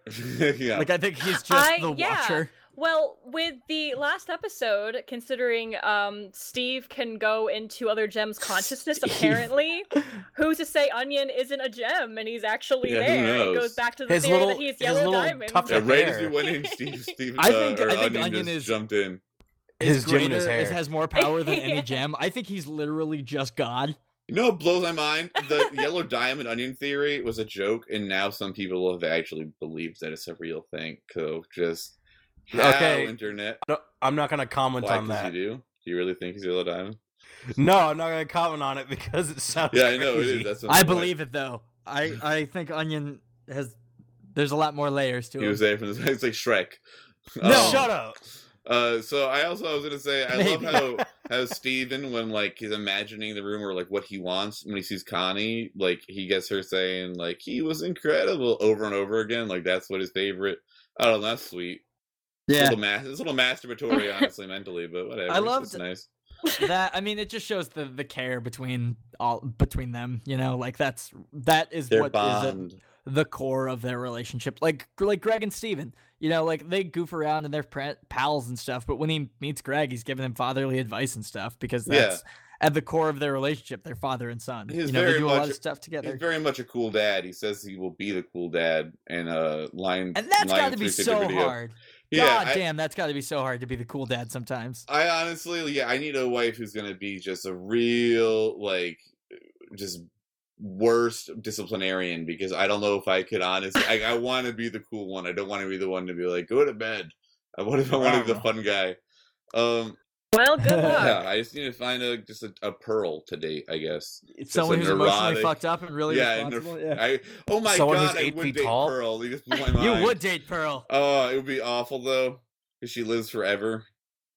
A: yeah.
B: Like I think he's just
C: I-
B: the
C: yeah.
B: watcher.
C: Well, with the last episode, considering um, Steve can go into other gems' consciousness,
B: Steve.
C: apparently, who's to say Onion isn't a gem and he's actually
A: Yeah, who
C: there? It
A: knows?
C: goes back to the
D: His
C: theory
D: little-
C: that he's
D: his
C: yellow
D: little
C: diamond.
A: yeah,
D: tuft-
A: right as
D: Hair.
A: we went in, Steve, Steve,
B: I
A: uh,
B: think-
A: or
B: I think
A: Onion,
B: Onion
A: just
B: is-
A: jumped in.
D: His gem in his
B: greater- It
D: hair.
B: has more power than any
C: Yeah.
B: gem. I think he's literally just God.
A: You know, what blows my mind. The yellow diamond onion theory was a joke, and now some people have actually believed that it's a real thing. So just how
D: Okay.
A: internet?
D: No, I'm not gonna comment
A: Why?
D: on
A: Because you
D: that.
A: do. Do you really think he's yellow diamond?
D: No, I'm not gonna comment on it because it sounds.
A: Yeah, I know it
D: crazy.
A: is. That's what
B: I
A: I'm like.
B: believe it though. I I think Onion has. There's a lot more layers to
A: He was
B: it.
A: there from the. It's like Shrek. Um,
B: No.
D: Shut up.
A: Uh, so I also I was gonna say I
B: Maybe.
A: love how how Steven when like he's imagining the room or like what he wants when he sees Connie like he gets her saying like he was incredible over and over again like that's what his favorite I don't know that's sweet
B: Yeah,
A: little mas- it's a little masturbatory honestly mentally but whatever
B: I
A: It's
B: loved-
A: just nice
B: that I mean, it just shows the the care between all between them. You know, like that's that is
A: their
B: what is at
A: bond
B: the core of their relationship. Like like Greg and Steven. You know, like they goof around and they're pra- pals and stuff. But when he meets Greg, he's giving him fatherly advice and stuff because
A: Yeah.
B: that's at the core of their relationship. They're father and son.
A: He's
B: you know,
A: very
B: they do a lot
A: much-
B: of stuff together.
A: he's very much a cool dad he says he will be the cool dad and uh line
B: And that's
A: Lion
B: got to be
A: 360
B: so
A: video.
B: hard.
A: yeah
B: God
A: I-
B: damn, that's got to be so hard to be the cool dad sometimes.
A: I honestly, yeah, I need a wife who's gonna be just a real like, just worst disciplinarian because I don't know if I could honestly. I, I want to be the cool one. I don't want to be the one to be like, go to bed. I what if I want to be the fun guy? Um,
C: Well, good luck.
A: yeah, I just need to find a just a, a pearl to date, I guess.
B: It's
A: Just a
B: someone who's emotionally
A: neurotic-
B: fucked up and really
A: yeah, and
B: responsible.
A: they're-
B: yeah.
A: I oh my
D: Someone
A: god,
D: who's
A: I
D: eight
A: would
D: feet
A: date
D: tall?
A: Pearl. You just blew my mind.
B: You would date Pearl.
A: Oh, it would be awful though, because she lives forever,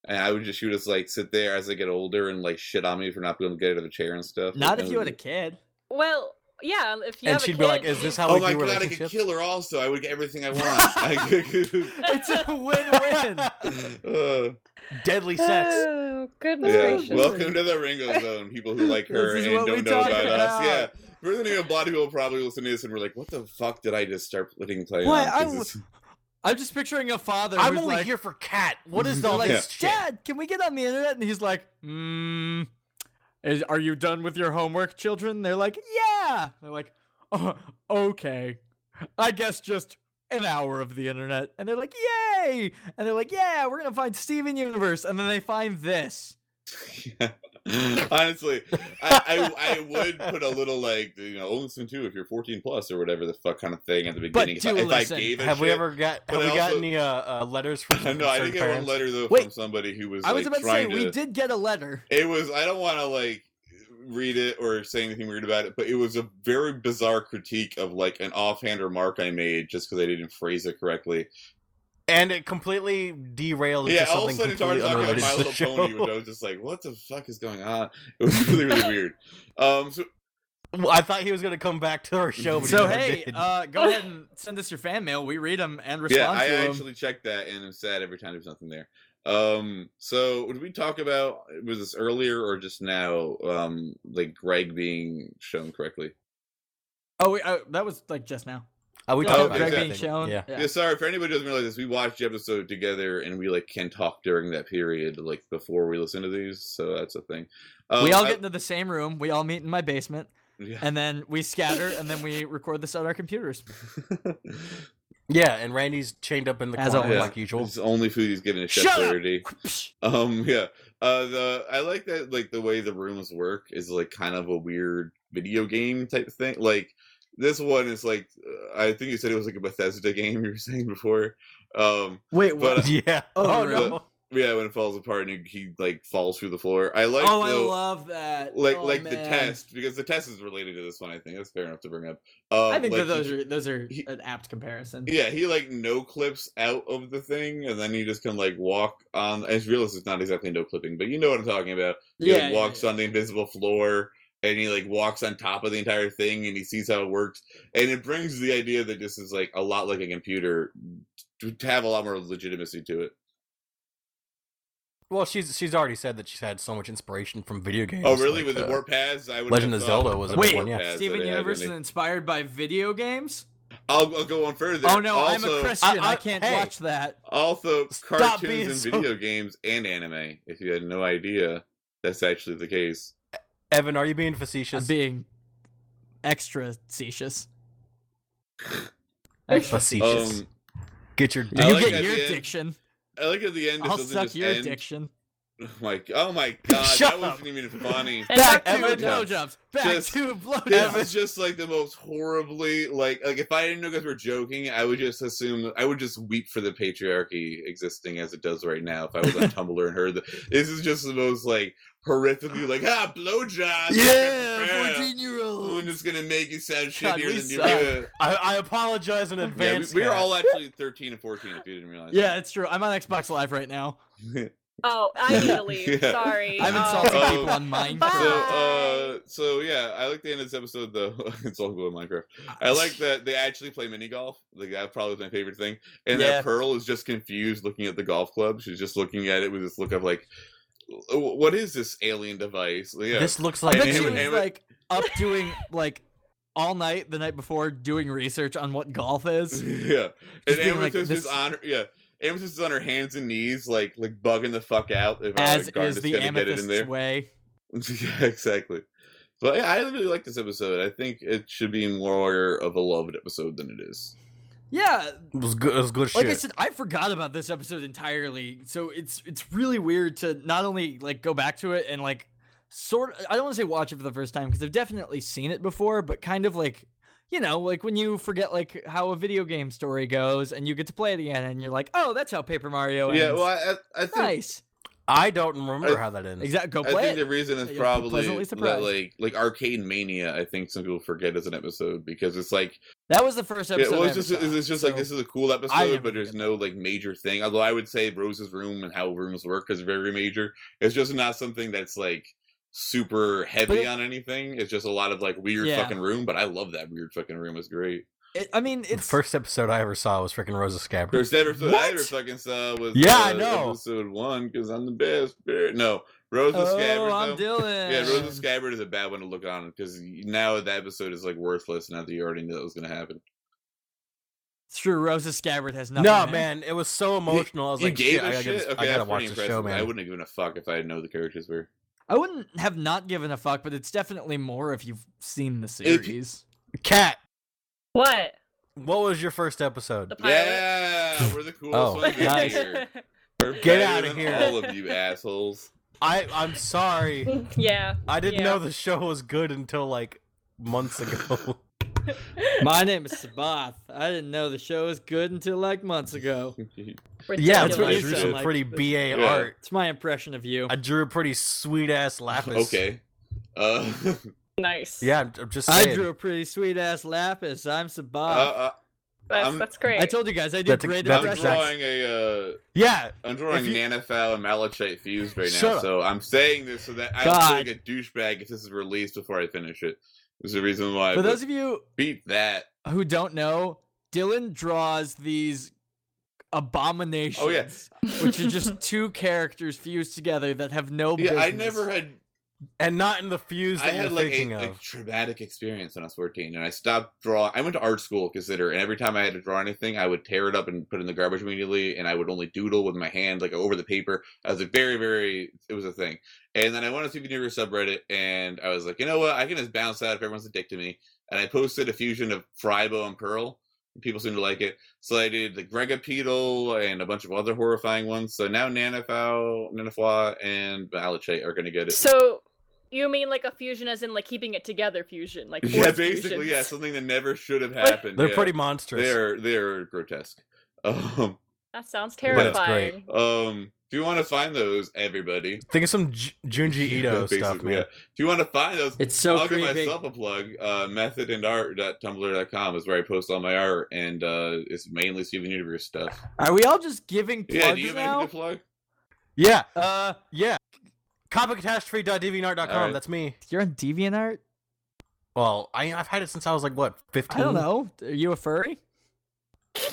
A: and I would just she would just like sit there as I get older and like shit on me for not being able to get out of the chair and stuff.
B: Not
A: That
B: if you
A: would
B: had a
A: be-
B: kid.
C: Well, yeah, if you
D: and
C: have
D: she'd
C: a
D: be like,
C: kid,
D: "Is this
C: you-
D: how
A: Oh
D: we
A: my
D: do
A: god, I could
D: relationships?"
A: kill her also. I would get everything I want. I could,
B: It's a win-win.
A: Uh,
D: Deadly sex.
C: Oh, goodness
A: yeah.
C: gracious.
A: Welcome to the Ringo Zone, people who like her
B: This is
A: and
B: what we
A: don't know
B: talk
A: about, us.
B: about.
A: Yeah. We're gonna get a lot of people probably listen to this and we're like, what the fuck did I just start putting play on?
D: What? I
A: 'Cause
D: was-
A: it's-
B: I'm just picturing a father.
D: I'm
B: who's
D: only
B: like,
D: here for cat. What is
B: they're
D: all
B: like,
D: this shit?
B: Dad, can we get on the internet? And he's like, mm, is, Are you done with your homework, children? They're like, Yeah. They're like, oh, Okay. I guess just an hour of the internet. And they're like, Yay. And they're like, Yeah, we're going to find Steven Universe. And then they find this.
A: Honestly, I, I I would put a little like you know, only listen to if you're 14 plus or whatever the fuck kind of thing at the beginning. if, I,
B: do
A: if I
B: listen.
A: gave a
D: Have we
A: shit-
D: ever got?
A: But
D: Have we
A: I
D: got
A: also-
D: any uh, uh, letters from?
A: No, I
D: concerned
A: did get one
D: parents?
A: letter though from
B: Wait.
A: somebody who was.
B: I was
A: like,
B: about to say,
A: trying
B: we did get a letter.
A: It was. I don't want to like read it or say anything weird about it, but it was a very bizarre critique of like an offhand remark I made just because I didn't phrase it correctly.
D: and it completely derailed.
A: yeah,
D: into
A: all of a
D: something
A: sudden it started talking about
D: completely unrelated
A: My
D: to the
A: Little Pony,
D: show.
A: which I was just like, "What the fuck is going on?" It was really really weird. Um, so
D: Well, I thought he was gonna come back to our show. But
B: So,
D: he never
B: hey,
D: did.
B: uh, go ahead and send us your fan mail. We read them and respond
A: yeah, I
B: to
D: um,
B: 'em.
A: actually checked that and I'm sad every time there's nothing there. Um, so did we talk about was this earlier or just now? Um, like Greg being shown correctly.
B: Oh, wait, uh, that was like just now.
D: Are Uh, we
A: Yeah,
D: talking
A: okay,
D: about
B: Greg
A: that
B: being
D: thing?
B: shown.
D: Yeah.
A: Yeah. sorry for anybody who doesn't realize this. We watched the episode together, and we like can talk during that period, like before we listen to these. So that's a thing. Um,
B: we all
A: I-
B: get into the same room. We all meet in my basement,
A: yeah.
B: and then we scatter, and then we record this on our computers.
D: Yeah, and Randy's chained up in the
B: As
D: corner
A: always.
D: like usual.
A: It's only food he's given a chef
B: Shut up!
A: priority. Um, yeah. Uh, the I like that like the way the rooms work is like kind of a weird video game type thing. Like this one is like uh, I think you said it was like a Bethesda game you were saying before. Um,
B: Wait,
A: But-
D: Yeah.
B: Oh,
D: Oh, no.
A: really? yeah, when it falls apart and he like falls through the floor. I like
B: oh, I
A: the-
B: love that.
A: like
B: Oh,
A: like the
B: man.
A: test because the test is related to this one. I think that's fair enough to bring up. Um,
B: I think
A: like,
B: that those
A: he-
B: are those are
A: he-
B: an apt comparison.
A: yeah, he like no clips out of the thing, and then he just can like walk on. I just realize it's not exactly no clipping, but you know what I'm talking about. He like, walks on the invisible floor and he like walks on top of the entire thing and he sees how it works. And it brings the idea that this is like a lot like a computer to, to have a lot more legitimacy to it.
D: Well, she's she's already said that she's had so much inspiration from video games.
A: oh, really?
D: like,
A: With the
D: uh,
A: warp paths, I would.
D: Legend of Zelda was a big
B: Wait,
D: one, yeah.
B: Steven Universe is inspired by video games.
A: I'll, I'll go on further.
B: Oh no, I'm
A: Also-
B: a Christian. I,
D: I-
B: can't
D: hey.
B: watch that.
A: Also,
D: Stop being
A: cartoons and
D: so-
A: video games and anime. If you had no idea, that's actually the case.
D: Evan, are you being
B: I'm
D: facetious?
B: being extra facetious. Extra.
D: facetious.
A: Um,
D: Get your
B: You
A: I like
B: get
A: at
B: your
A: the end-
B: addiction.
A: I like at the end. it
B: I'll
A: doesn't
B: suck
A: just
B: your
A: end.
B: addiction.
A: Like, oh my god,
D: Shut
A: that wasn't
D: up.
A: even funny.
C: And
B: Back to
C: back to
A: blowjobs.
B: blowjobs. Back
A: Just-
B: to
A: This
B: blowjobs.
A: is just like the most horribly like like if I didn't know guys were joking, I would just assume I would just weep for the patriarchy existing as it does right now. If I was on Tumblr and heard that, this is just the most like horrifically like ah blowjob
B: year
A: I'm just gonna make you sound
B: God,
A: shittier
B: we
A: than you.
B: suck.
A: Yeah.
D: I, I apologize in
A: Yeah,
D: advance.
A: we, we were
D: Kat.
A: all actually 13 and 14 if you didn't realize.
B: Yeah, it's true. I'm on Xbox Live right now.
C: Oh, I need to leave.
A: Yeah.
C: Sorry.
B: I'm
A: Oh.
B: insulting
A: Oh.
B: people on
A: So,
B: Minecraft.
A: uh, so yeah, I like the end of this episode though. it's all going Minecraft. I like that they actually play mini golf. Like that probably was my favorite thing. And
D: Yeah.
A: that Pearl is just confused looking at the golf club. She's just looking at it with this look of like, "Wh- what is this alien device? Yeah.
D: This looks
B: I
D: like
B: bet
A: and
B: she
A: it-
B: was
A: and it-
B: like up doing like all night the night before doing research on what golf is.
A: yeah. And
B: being like,
A: Amethyst is
B: this-
A: on her, yeah. Amethyst is on her hands and knees, like like bugging the fuck out if uh,
B: As
A: Garnet
B: is the
A: gonna get it in
B: amethyst
A: there.
B: way.
A: yeah, exactly. But yeah, I really like this episode. I think it should be more of a loved episode than it is.
B: Yeah,
D: it was good. It was good
B: like I
D: shit.
B: said, I forgot about this episode entirely. So it's it's really weird to not only like go back to it and like sort I don't want to say watch it for the first time because I've definitely seen it before, but kind of like you know, like when you forget like how a video game story goes and you get to play it again and you're like, "Oh, that's how Paper Mario ends."
A: yeah, well, I, I I think
B: nice.
D: I don't remember
A: I-
D: how that ends.
B: Exactly. Go
A: I
B: play
A: think
B: it.
A: the reason is
B: You'll be
A: probably
B: pleasantly
A: that,
B: surprised.
A: like like Arcade Mania. I think some people forget is an episode because it's like
B: that was the first
A: yeah,
B: episode.
A: well,
B: I
A: it's
B: ever
A: just it's
B: saw,
A: it's just like
B: so-
A: this is a cool
B: never
A: episode, but there's
B: forget
A: no like major thing. Although I would say Rose's room and how rooms work is very major. It's just not something that's like super heavy
B: it-
A: on anything. It's just a lot of like weird
B: Yeah.
A: fucking room. But I love that weird fucking room. It's great.
B: It- I mean,
D: The
B: it's
D: first episode I ever saw was freaking Rosa Scabbard.
A: First episode I
B: What?
A: ever fucking saw was
D: Yeah, I
A: uh,
D: know.
A: episode one because I'm the best. No, Rose the
B: Oh,
A: Scabbard.
B: I'm
A: though.
B: Dylan.
A: Yeah, Rosa Scabbard is a bad one to look on because now that episode is like worthless. Now that you already knew that was going to happen,
B: It's true. Rosa Scabbard has
D: No,
B: nothing. in it.
D: man, it was so emotional. I was
A: you
D: like,
A: gave
D: shit,
A: a
D: I gotta,
A: shit.
D: I
A: okay,
D: gotta
A: that's
D: watch
A: pretty
D: the
A: impressive.
D: show, man.
A: I wouldn't have given a fuck if I didn't know the characters were.
B: I wouldn't have not given a fuck, but it's definitely more if you've seen the series.
D: Cat,
C: What?
D: what was your first episode?
C: The pilot?
A: Yeah, we're the coolest
D: Oh,
A: ones in
D: nice.
A: here. We're
D: Get
A: better
D: outta
A: than
D: here.
A: all of you assholes.
D: I I'm sorry,
C: yeah.
D: I didn't
C: Yeah.
D: know the show was good until like months ago.
B: My name is Sabath. I didn't know the show was good until like months ago.
D: yeah,
B: that's
D: it's
B: what
D: I
B: you
D: drew
B: said,
D: some
B: like-
D: pretty ba
A: Yeah.
D: art.
B: It's my impression of you.
D: I drew a pretty sweet ass lapis.
A: okay, uh,
C: Nice.
D: Yeah, I'm, I'm just
B: I
D: saying.
B: drew a pretty sweet ass lapis. I'm
A: uh,
B: Sabath.
A: uh,
C: That's,
A: I'm-
C: that's great.
B: I told you guys I do
D: That's a-
B: great
D: that's
A: I'm
B: impressions.
D: exact-
A: drawing a. Uh,
D: Yeah,
A: I'm drawing
D: If you-
A: Nanafal and Malachite fused right now,
D: Shut up.
A: so I'm saying this so that I
B: God.
A: don't feel like a douchebag if this is released before I finish it. There's a reason why.
B: For
A: but
B: those of you
A: beat that.
B: who don't know, Dylan draws these abominations,
A: Oh, yeah.
B: which are just two characters fused together that have no
A: Yeah,
B: business.
A: I never had.
D: and not in the fuse
A: I
D: that you're
A: had like
D: thinking
A: a, a
D: of.
A: traumatic experience when I was 14, and I stopped drawing. I went to art school, consider, and every time I had to draw anything, I would tear it up and put it in the garbage immediately, and I would only doodle with my hand, like over the paper. I was like, very, very. It was a thing. And then I went on Super Duper subreddit, and I was like, you know what? I can just bounce out if everyone's a dick to me. And I posted a fusion of Frybo and Pearl. People seem to like it. So I did the Gregapedal and a bunch of other horrifying ones. So now Nanafao, Nanafwa, and Malachite are going to get it.
C: So you mean like a fusion as in like keeping it together fusion? Like
A: Yeah,
C: forced
A: basically, yeah,
C: fusions.
A: something that never should have happened.
D: They're
A: yeah.
D: pretty monstrous.
A: They're they're grotesque. Um,
C: That sounds
D: But it's great.
C: terrifying.
A: um, if you want to find those, everybody.
D: Think of some J- Junji Ito E stuff,
A: Basically,
D: man.
A: yeah. If you want to find those,
B: It's so
A: I'll give
B: creepy.
A: myself a plug. Uh, methodandart.tumblr.com is where I post all my art, and uh, it's mainly Steven Universe stuff.
B: Are we all just giving plugs
A: Yeah, do you have
B: now?
A: anything to plug?
D: Yeah,
B: uh,
D: yeah. ComicCatastrophe.deviantart.com.
A: All right.
D: That's me.
B: you're on DeviantArt.
D: Well, I, I've had it since I was like what fifteen.
B: I don't know. Are you a furry?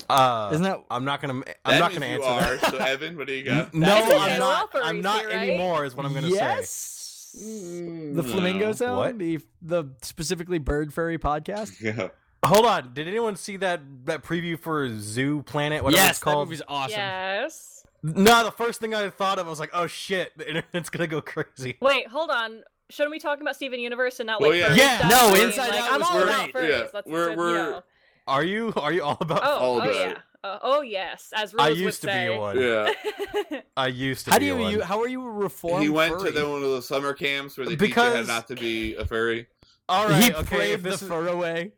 D: Uh,
B: Isn't that
D: I'm not gonna. I'm
A: That
D: not
A: means
D: gonna
A: you
D: answer
A: are.
D: that.
A: So, Evan, what do you got?
D: No,
C: That's
D: I'm
C: okay.
D: not.
C: We're all
D: I'm not
C: furries here, right?
D: anymore. Is what I'm gonna say.
B: yes? The Flamingo Zone,
D: What?
B: the the specifically bird furry podcast.
A: Yeah.
D: Hold on. Did anyone see that that preview for Zoo Planet? Whatever
B: yes,
D: it's called.
B: that movie's awesome.
C: Yes.
D: No, the first thing I thought of, I was like, oh shit, the internet's gonna go crazy.
C: Wait, hold on. Shouldn't we talk about Steven Universe and not
A: Well,
C: like
A: Oh, yeah.
C: furry
D: Yeah,
C: stuff?
B: no,
C: I mean,
B: Inside
C: like,
B: Out
C: I'm
B: was
C: all about
A: great.
C: furries.
A: Yeah,
C: That's
A: we're-
C: good,
A: we're-
C: yeah.
D: Are you are you all about?
C: Oh,
A: All
C: oh
A: about
C: yeah.
A: it.
C: Uh, oh yes, as Rose
D: I
C: would
D: used to
C: say.
D: be one.
A: Yeah.
D: I used to.
B: How do
D: be
B: you,
D: one.
B: you? How are you a reformed?
A: He went
B: furry?
A: to the, one of those summer camps where they teach you
D: Because-
A: how not to be a furry.
D: All right.
B: he
D: okay.
B: braved
D: If this
B: the
D: is,
B: fur away.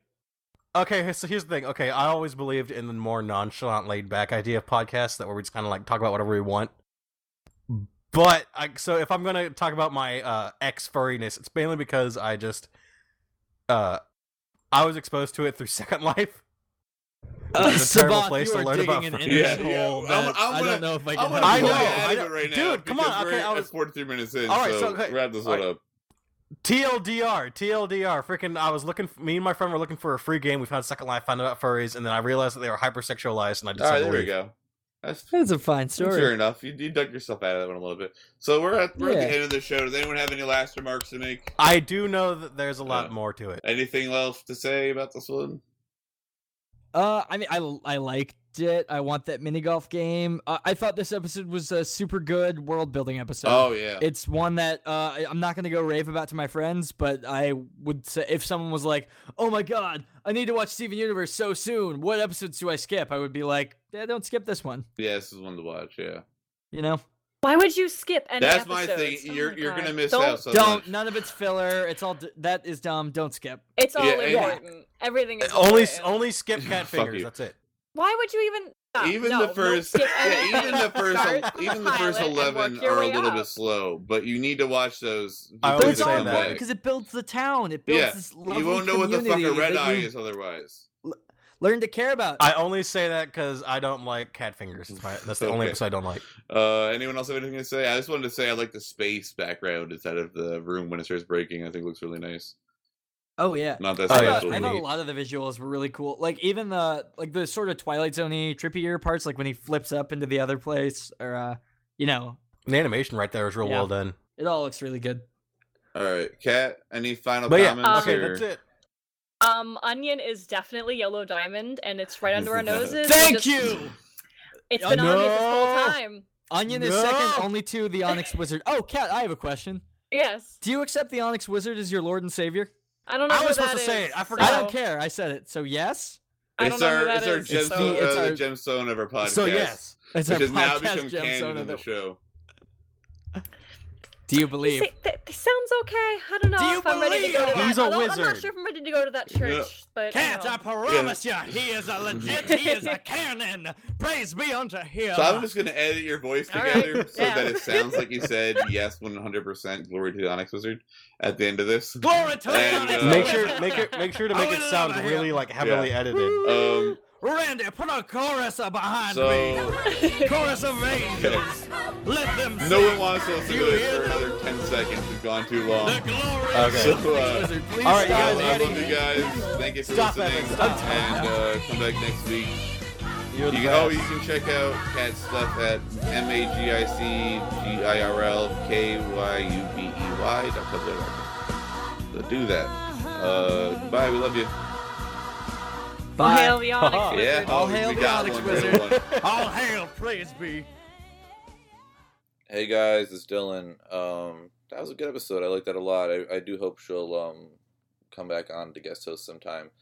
D: okay. So here's the thing. Okay, I always believed in the more nonchalant, laid back idea of podcasts that where we just kind of like talk about whatever we want. But I, so if I'm gonna talk about my uh, ex furriness, it's mainly because I just uh, I was exposed to it through Second Life.
B: Uh,
D: It's a terrible
B: Sabath,
D: place
B: you
D: to
B: are
D: learn about
B: digging an
D: fur-
B: internet
A: Yeah, yeah.
B: hole
A: I'm-
B: that
A: I'm
B: I
A: gonna-
B: don't know if I
A: I'm
B: can
A: gonna
B: help
D: I
A: be
B: you
D: know,
A: way
B: with.
A: out
D: I
A: of
D: know.
A: it right now
D: Dude, come
A: because
D: on,
A: We're
D: okay, I
A: at
D: was-
A: 43 minutes in.
D: All right,
A: so,
D: so, okay,
A: wrap this
D: all
A: one
D: right.
A: up.
D: TLDR, TLDR, freaking! I was looking. Me and my friend were looking for a free game. We found Second Life, found about furries, and then I realized that they were hypersexualized, and I just
A: All right,
D: had to
A: there we
D: leave.
A: go. That's
B: That's a fine
A: Fair
B: story.
A: enough. You, you dug yourself out of that one a little bit. So we're at we're at
B: Yeah.
A: the end of the show. Does anyone have any last remarks to make?
D: I do know that there's a lot
A: Yeah.
D: more to it.
A: Anything else to say about this one?
B: Uh, I mean, I I liked it. I want that mini golf game. Uh, I thought this episode was a super good world building episode.
A: oh yeah,
B: It's one that uh, I- I'm not gonna go rave about to my friends, but I would say if someone was like, "Oh my god, I need to watch Steven Universe so soon. What episodes do I skip?" I would be like, "Yeah, don't skip this one."
A: yeah, this is one to watch. Yeah,
B: You know,
C: Why would you skip any
A: That's my
C: episodes?
A: thing.
C: Oh
A: You're
C: my
A: you're gonna
C: God.
A: miss
C: Don't-
A: out. So
B: Don't.
A: much.
B: None of it's filler. It's all d- that is dumb. Don't skip.
C: It's all
A: Yeah, and-
C: important. Everything is
D: Only
C: important.
D: only skip cat
A: Fuck
D: fingers.
A: you.
D: That's it.
C: Why would you even? stop?
A: even
C: No,
A: the
C: don't
A: first,
C: skip
A: yeah, even the
C: anything.
A: first,
C: Start from
A: even the first
C: pilot and
A: eleven
C: work your
A: are a
C: way
A: little
C: up.
A: bit slow, but you need to watch those.
D: I
A: because
B: But
D: always
A: it's
B: it's
D: say
B: all
A: on
D: that.
B: important
A: back.
B: because it builds the town. It builds
A: Yeah.
B: this lovely
A: You won't know what the fuck a
B: community
A: red
B: that
A: eye
B: you
A: is otherwise.
B: Learn to care about.
D: I only say that because I don't like cat fingers. That's, my, that's the only
A: Okay.
D: episode I don't like.
A: Uh, anyone else have anything to say? I just wanted to say I like the space background instead of the room when it starts breaking. I think it looks really nice.
B: oh yeah.
A: Not that
D: Oh,
B: I
A: it's
D: yeah.
B: thought,
A: actually
B: I thought a
A: neat.
B: lot of the visuals were really cool. Like even the like the sort of Twilight Zoney trippier parts, like when he flips up into the other place, or uh, you know,
D: The animation right there is real
B: Yeah.
D: well done.
B: it all looks really good.
A: All right, Kat, any final
D: But yeah,
A: comments?
D: okay,
A: or-
D: that's it.
C: Um, onion is definitely yellow diamond, and it's right under our noses. We
B: Thank
C: just-
B: you.
C: It's been on me this whole
D: No.
C: time.
B: Onion is
D: No.
B: second only to the Onyx Wizard. Oh, Kat, I have a question.
C: Yes,
B: Do you accept the Onyx Wizard as your Lord and Savior?
C: I don't know.
D: I
C: who
D: was supposed
C: that
D: to say
C: is,
D: it. I
B: I
D: forgot.
C: so-
B: don't care. I said it. So yes.
C: I
A: It's
C: don't know who
A: our
C: that
A: it's our
C: is,
A: gemstone,
D: It's the-
A: uh,
B: it's
A: gemstone of our podcast.
D: So yes,
B: It's
A: which
B: our
A: has now
B: podcast
A: become canon
B: gemstone
A: in
B: of
A: the
B: the
A: show.
B: Do you
C: They,
B: believe?
C: say- they- they sounds okay. I don't know
B: Do you
C: if I'm ready to go to
B: believe
C: that.
D: he's a
C: although I'm
D: wizard?
C: not sure if I'm ready to go to that church, but you know.
A: promise
B: you, he is a
A: legit-
C: he is a
B: canon. Praise be unto him.
A: So I'm just gonna edit your voice
C: All right.
A: together so
C: Yeah.
A: that it sounds like you said yes, 100. percent Glory to the Onyx Wizard at the end of this.
B: Glory to
A: And, uh,
D: make sure make it make sure to
B: I
D: make
B: would
D: it
B: love
D: sound
B: to hear
D: really
B: it.
D: like heavily edited.
A: Um,
B: Randy, put a chorus behind
A: so
B: Chorus of
A: angels.
B: Let them
A: no one wants to listen to this for another 10 seconds. We've gone too long.
B: glory
D: Okay.
A: So, uh,
B: Please
D: All right,
A: I
B: stop.
D: guys,
A: love
D: Eddie.
A: you guys. Thank you for
D: Stop,
A: listening.
D: Evan, stop.
A: And uh, come back next week.
D: You're the
A: You can, oh,
D: best.
A: you can check out Cat's stuff at M A G I C G I R L K Y U B E Y dot public. So do that. Uh, bye. We love you.
C: All
B: Bye.
C: hail the Onyx
D: Yeah.
C: Wizard.
A: Yeah.
B: All
A: oh,
B: hail
A: we
B: the
A: got
B: Onyx
A: one, good
B: Wizard.
A: one.
B: All hail, praise be.
A: Hey guys, it's Dylan. Um, that was a good episode. I like that a lot. I, I do hope she'll um come back on to guest host sometime.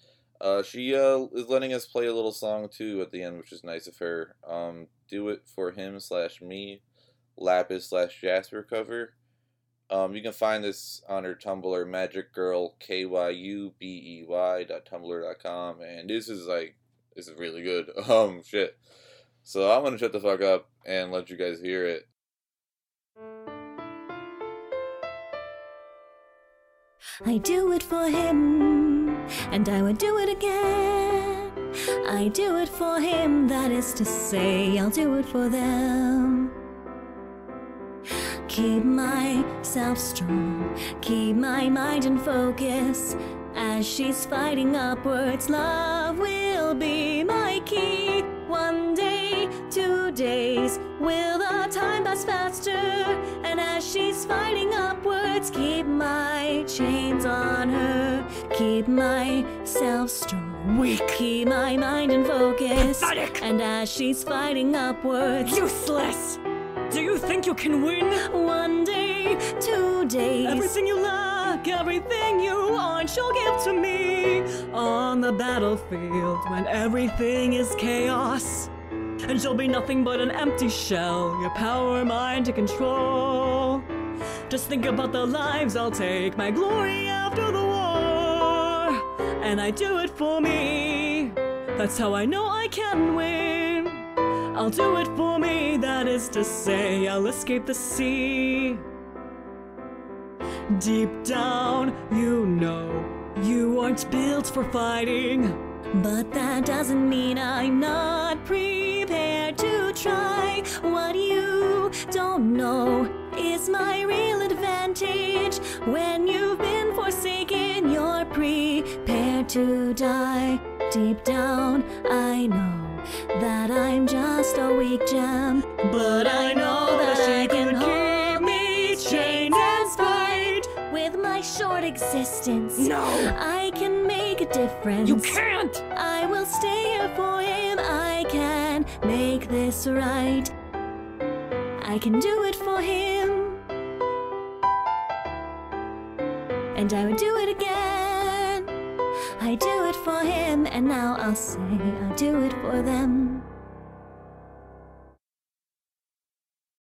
A: Uh, she uh, is letting us play a little song too at the end, which is nice of her. Um, do it for him slash me, Lapis slash Jasper cover. Um, you can find this on her Tumblr, Magic Girl K Y U B E Y dot Tumblr dot com, and this is like this is really good. Um, shit. So I'm gonna shut the fuck up and let you guys hear it.
E: I do it for him, and I would do it again. I do it for him, that is to say, I'll do it for them. Keep myself strong, keep my mind in focus. As she's fighting upwards, love will be my key. One day, two days, will the time pass faster? And as she's fighting upwards, keep my chains on her. Keep myself strong. Weak. Keep my mind in focus.
F: Pathetic.
E: And as she's fighting upwards,
F: Useless! Do you think you can win?
E: one day, two days.
F: Everything you lack, everything you want, she'll give to me. On the battlefield, when everything is chaos, and she'll be nothing but an empty shell, your power mine to control. Just think about the lives I'll take, my glory after the war. And I do it for me. That's how I know I can win. I'll do it for me, that is to say, I'll escape the sea. Deep down, you know you aren't built for fighting.
E: But that doesn't mean I'm not prepared to try. What you don't know is my real advantage. When you've been forsaken, you're prepared to die. Deep down, I know that I'm just a weak gem.
F: But I know that she can keep me chained and spite.
E: With my short existence,
F: No,
E: I can make a difference.
F: you can't.
E: I will stay here for him. I can make this right. I can do it for him. And I would do it again. I do it for him, and now I'll say I do it for them.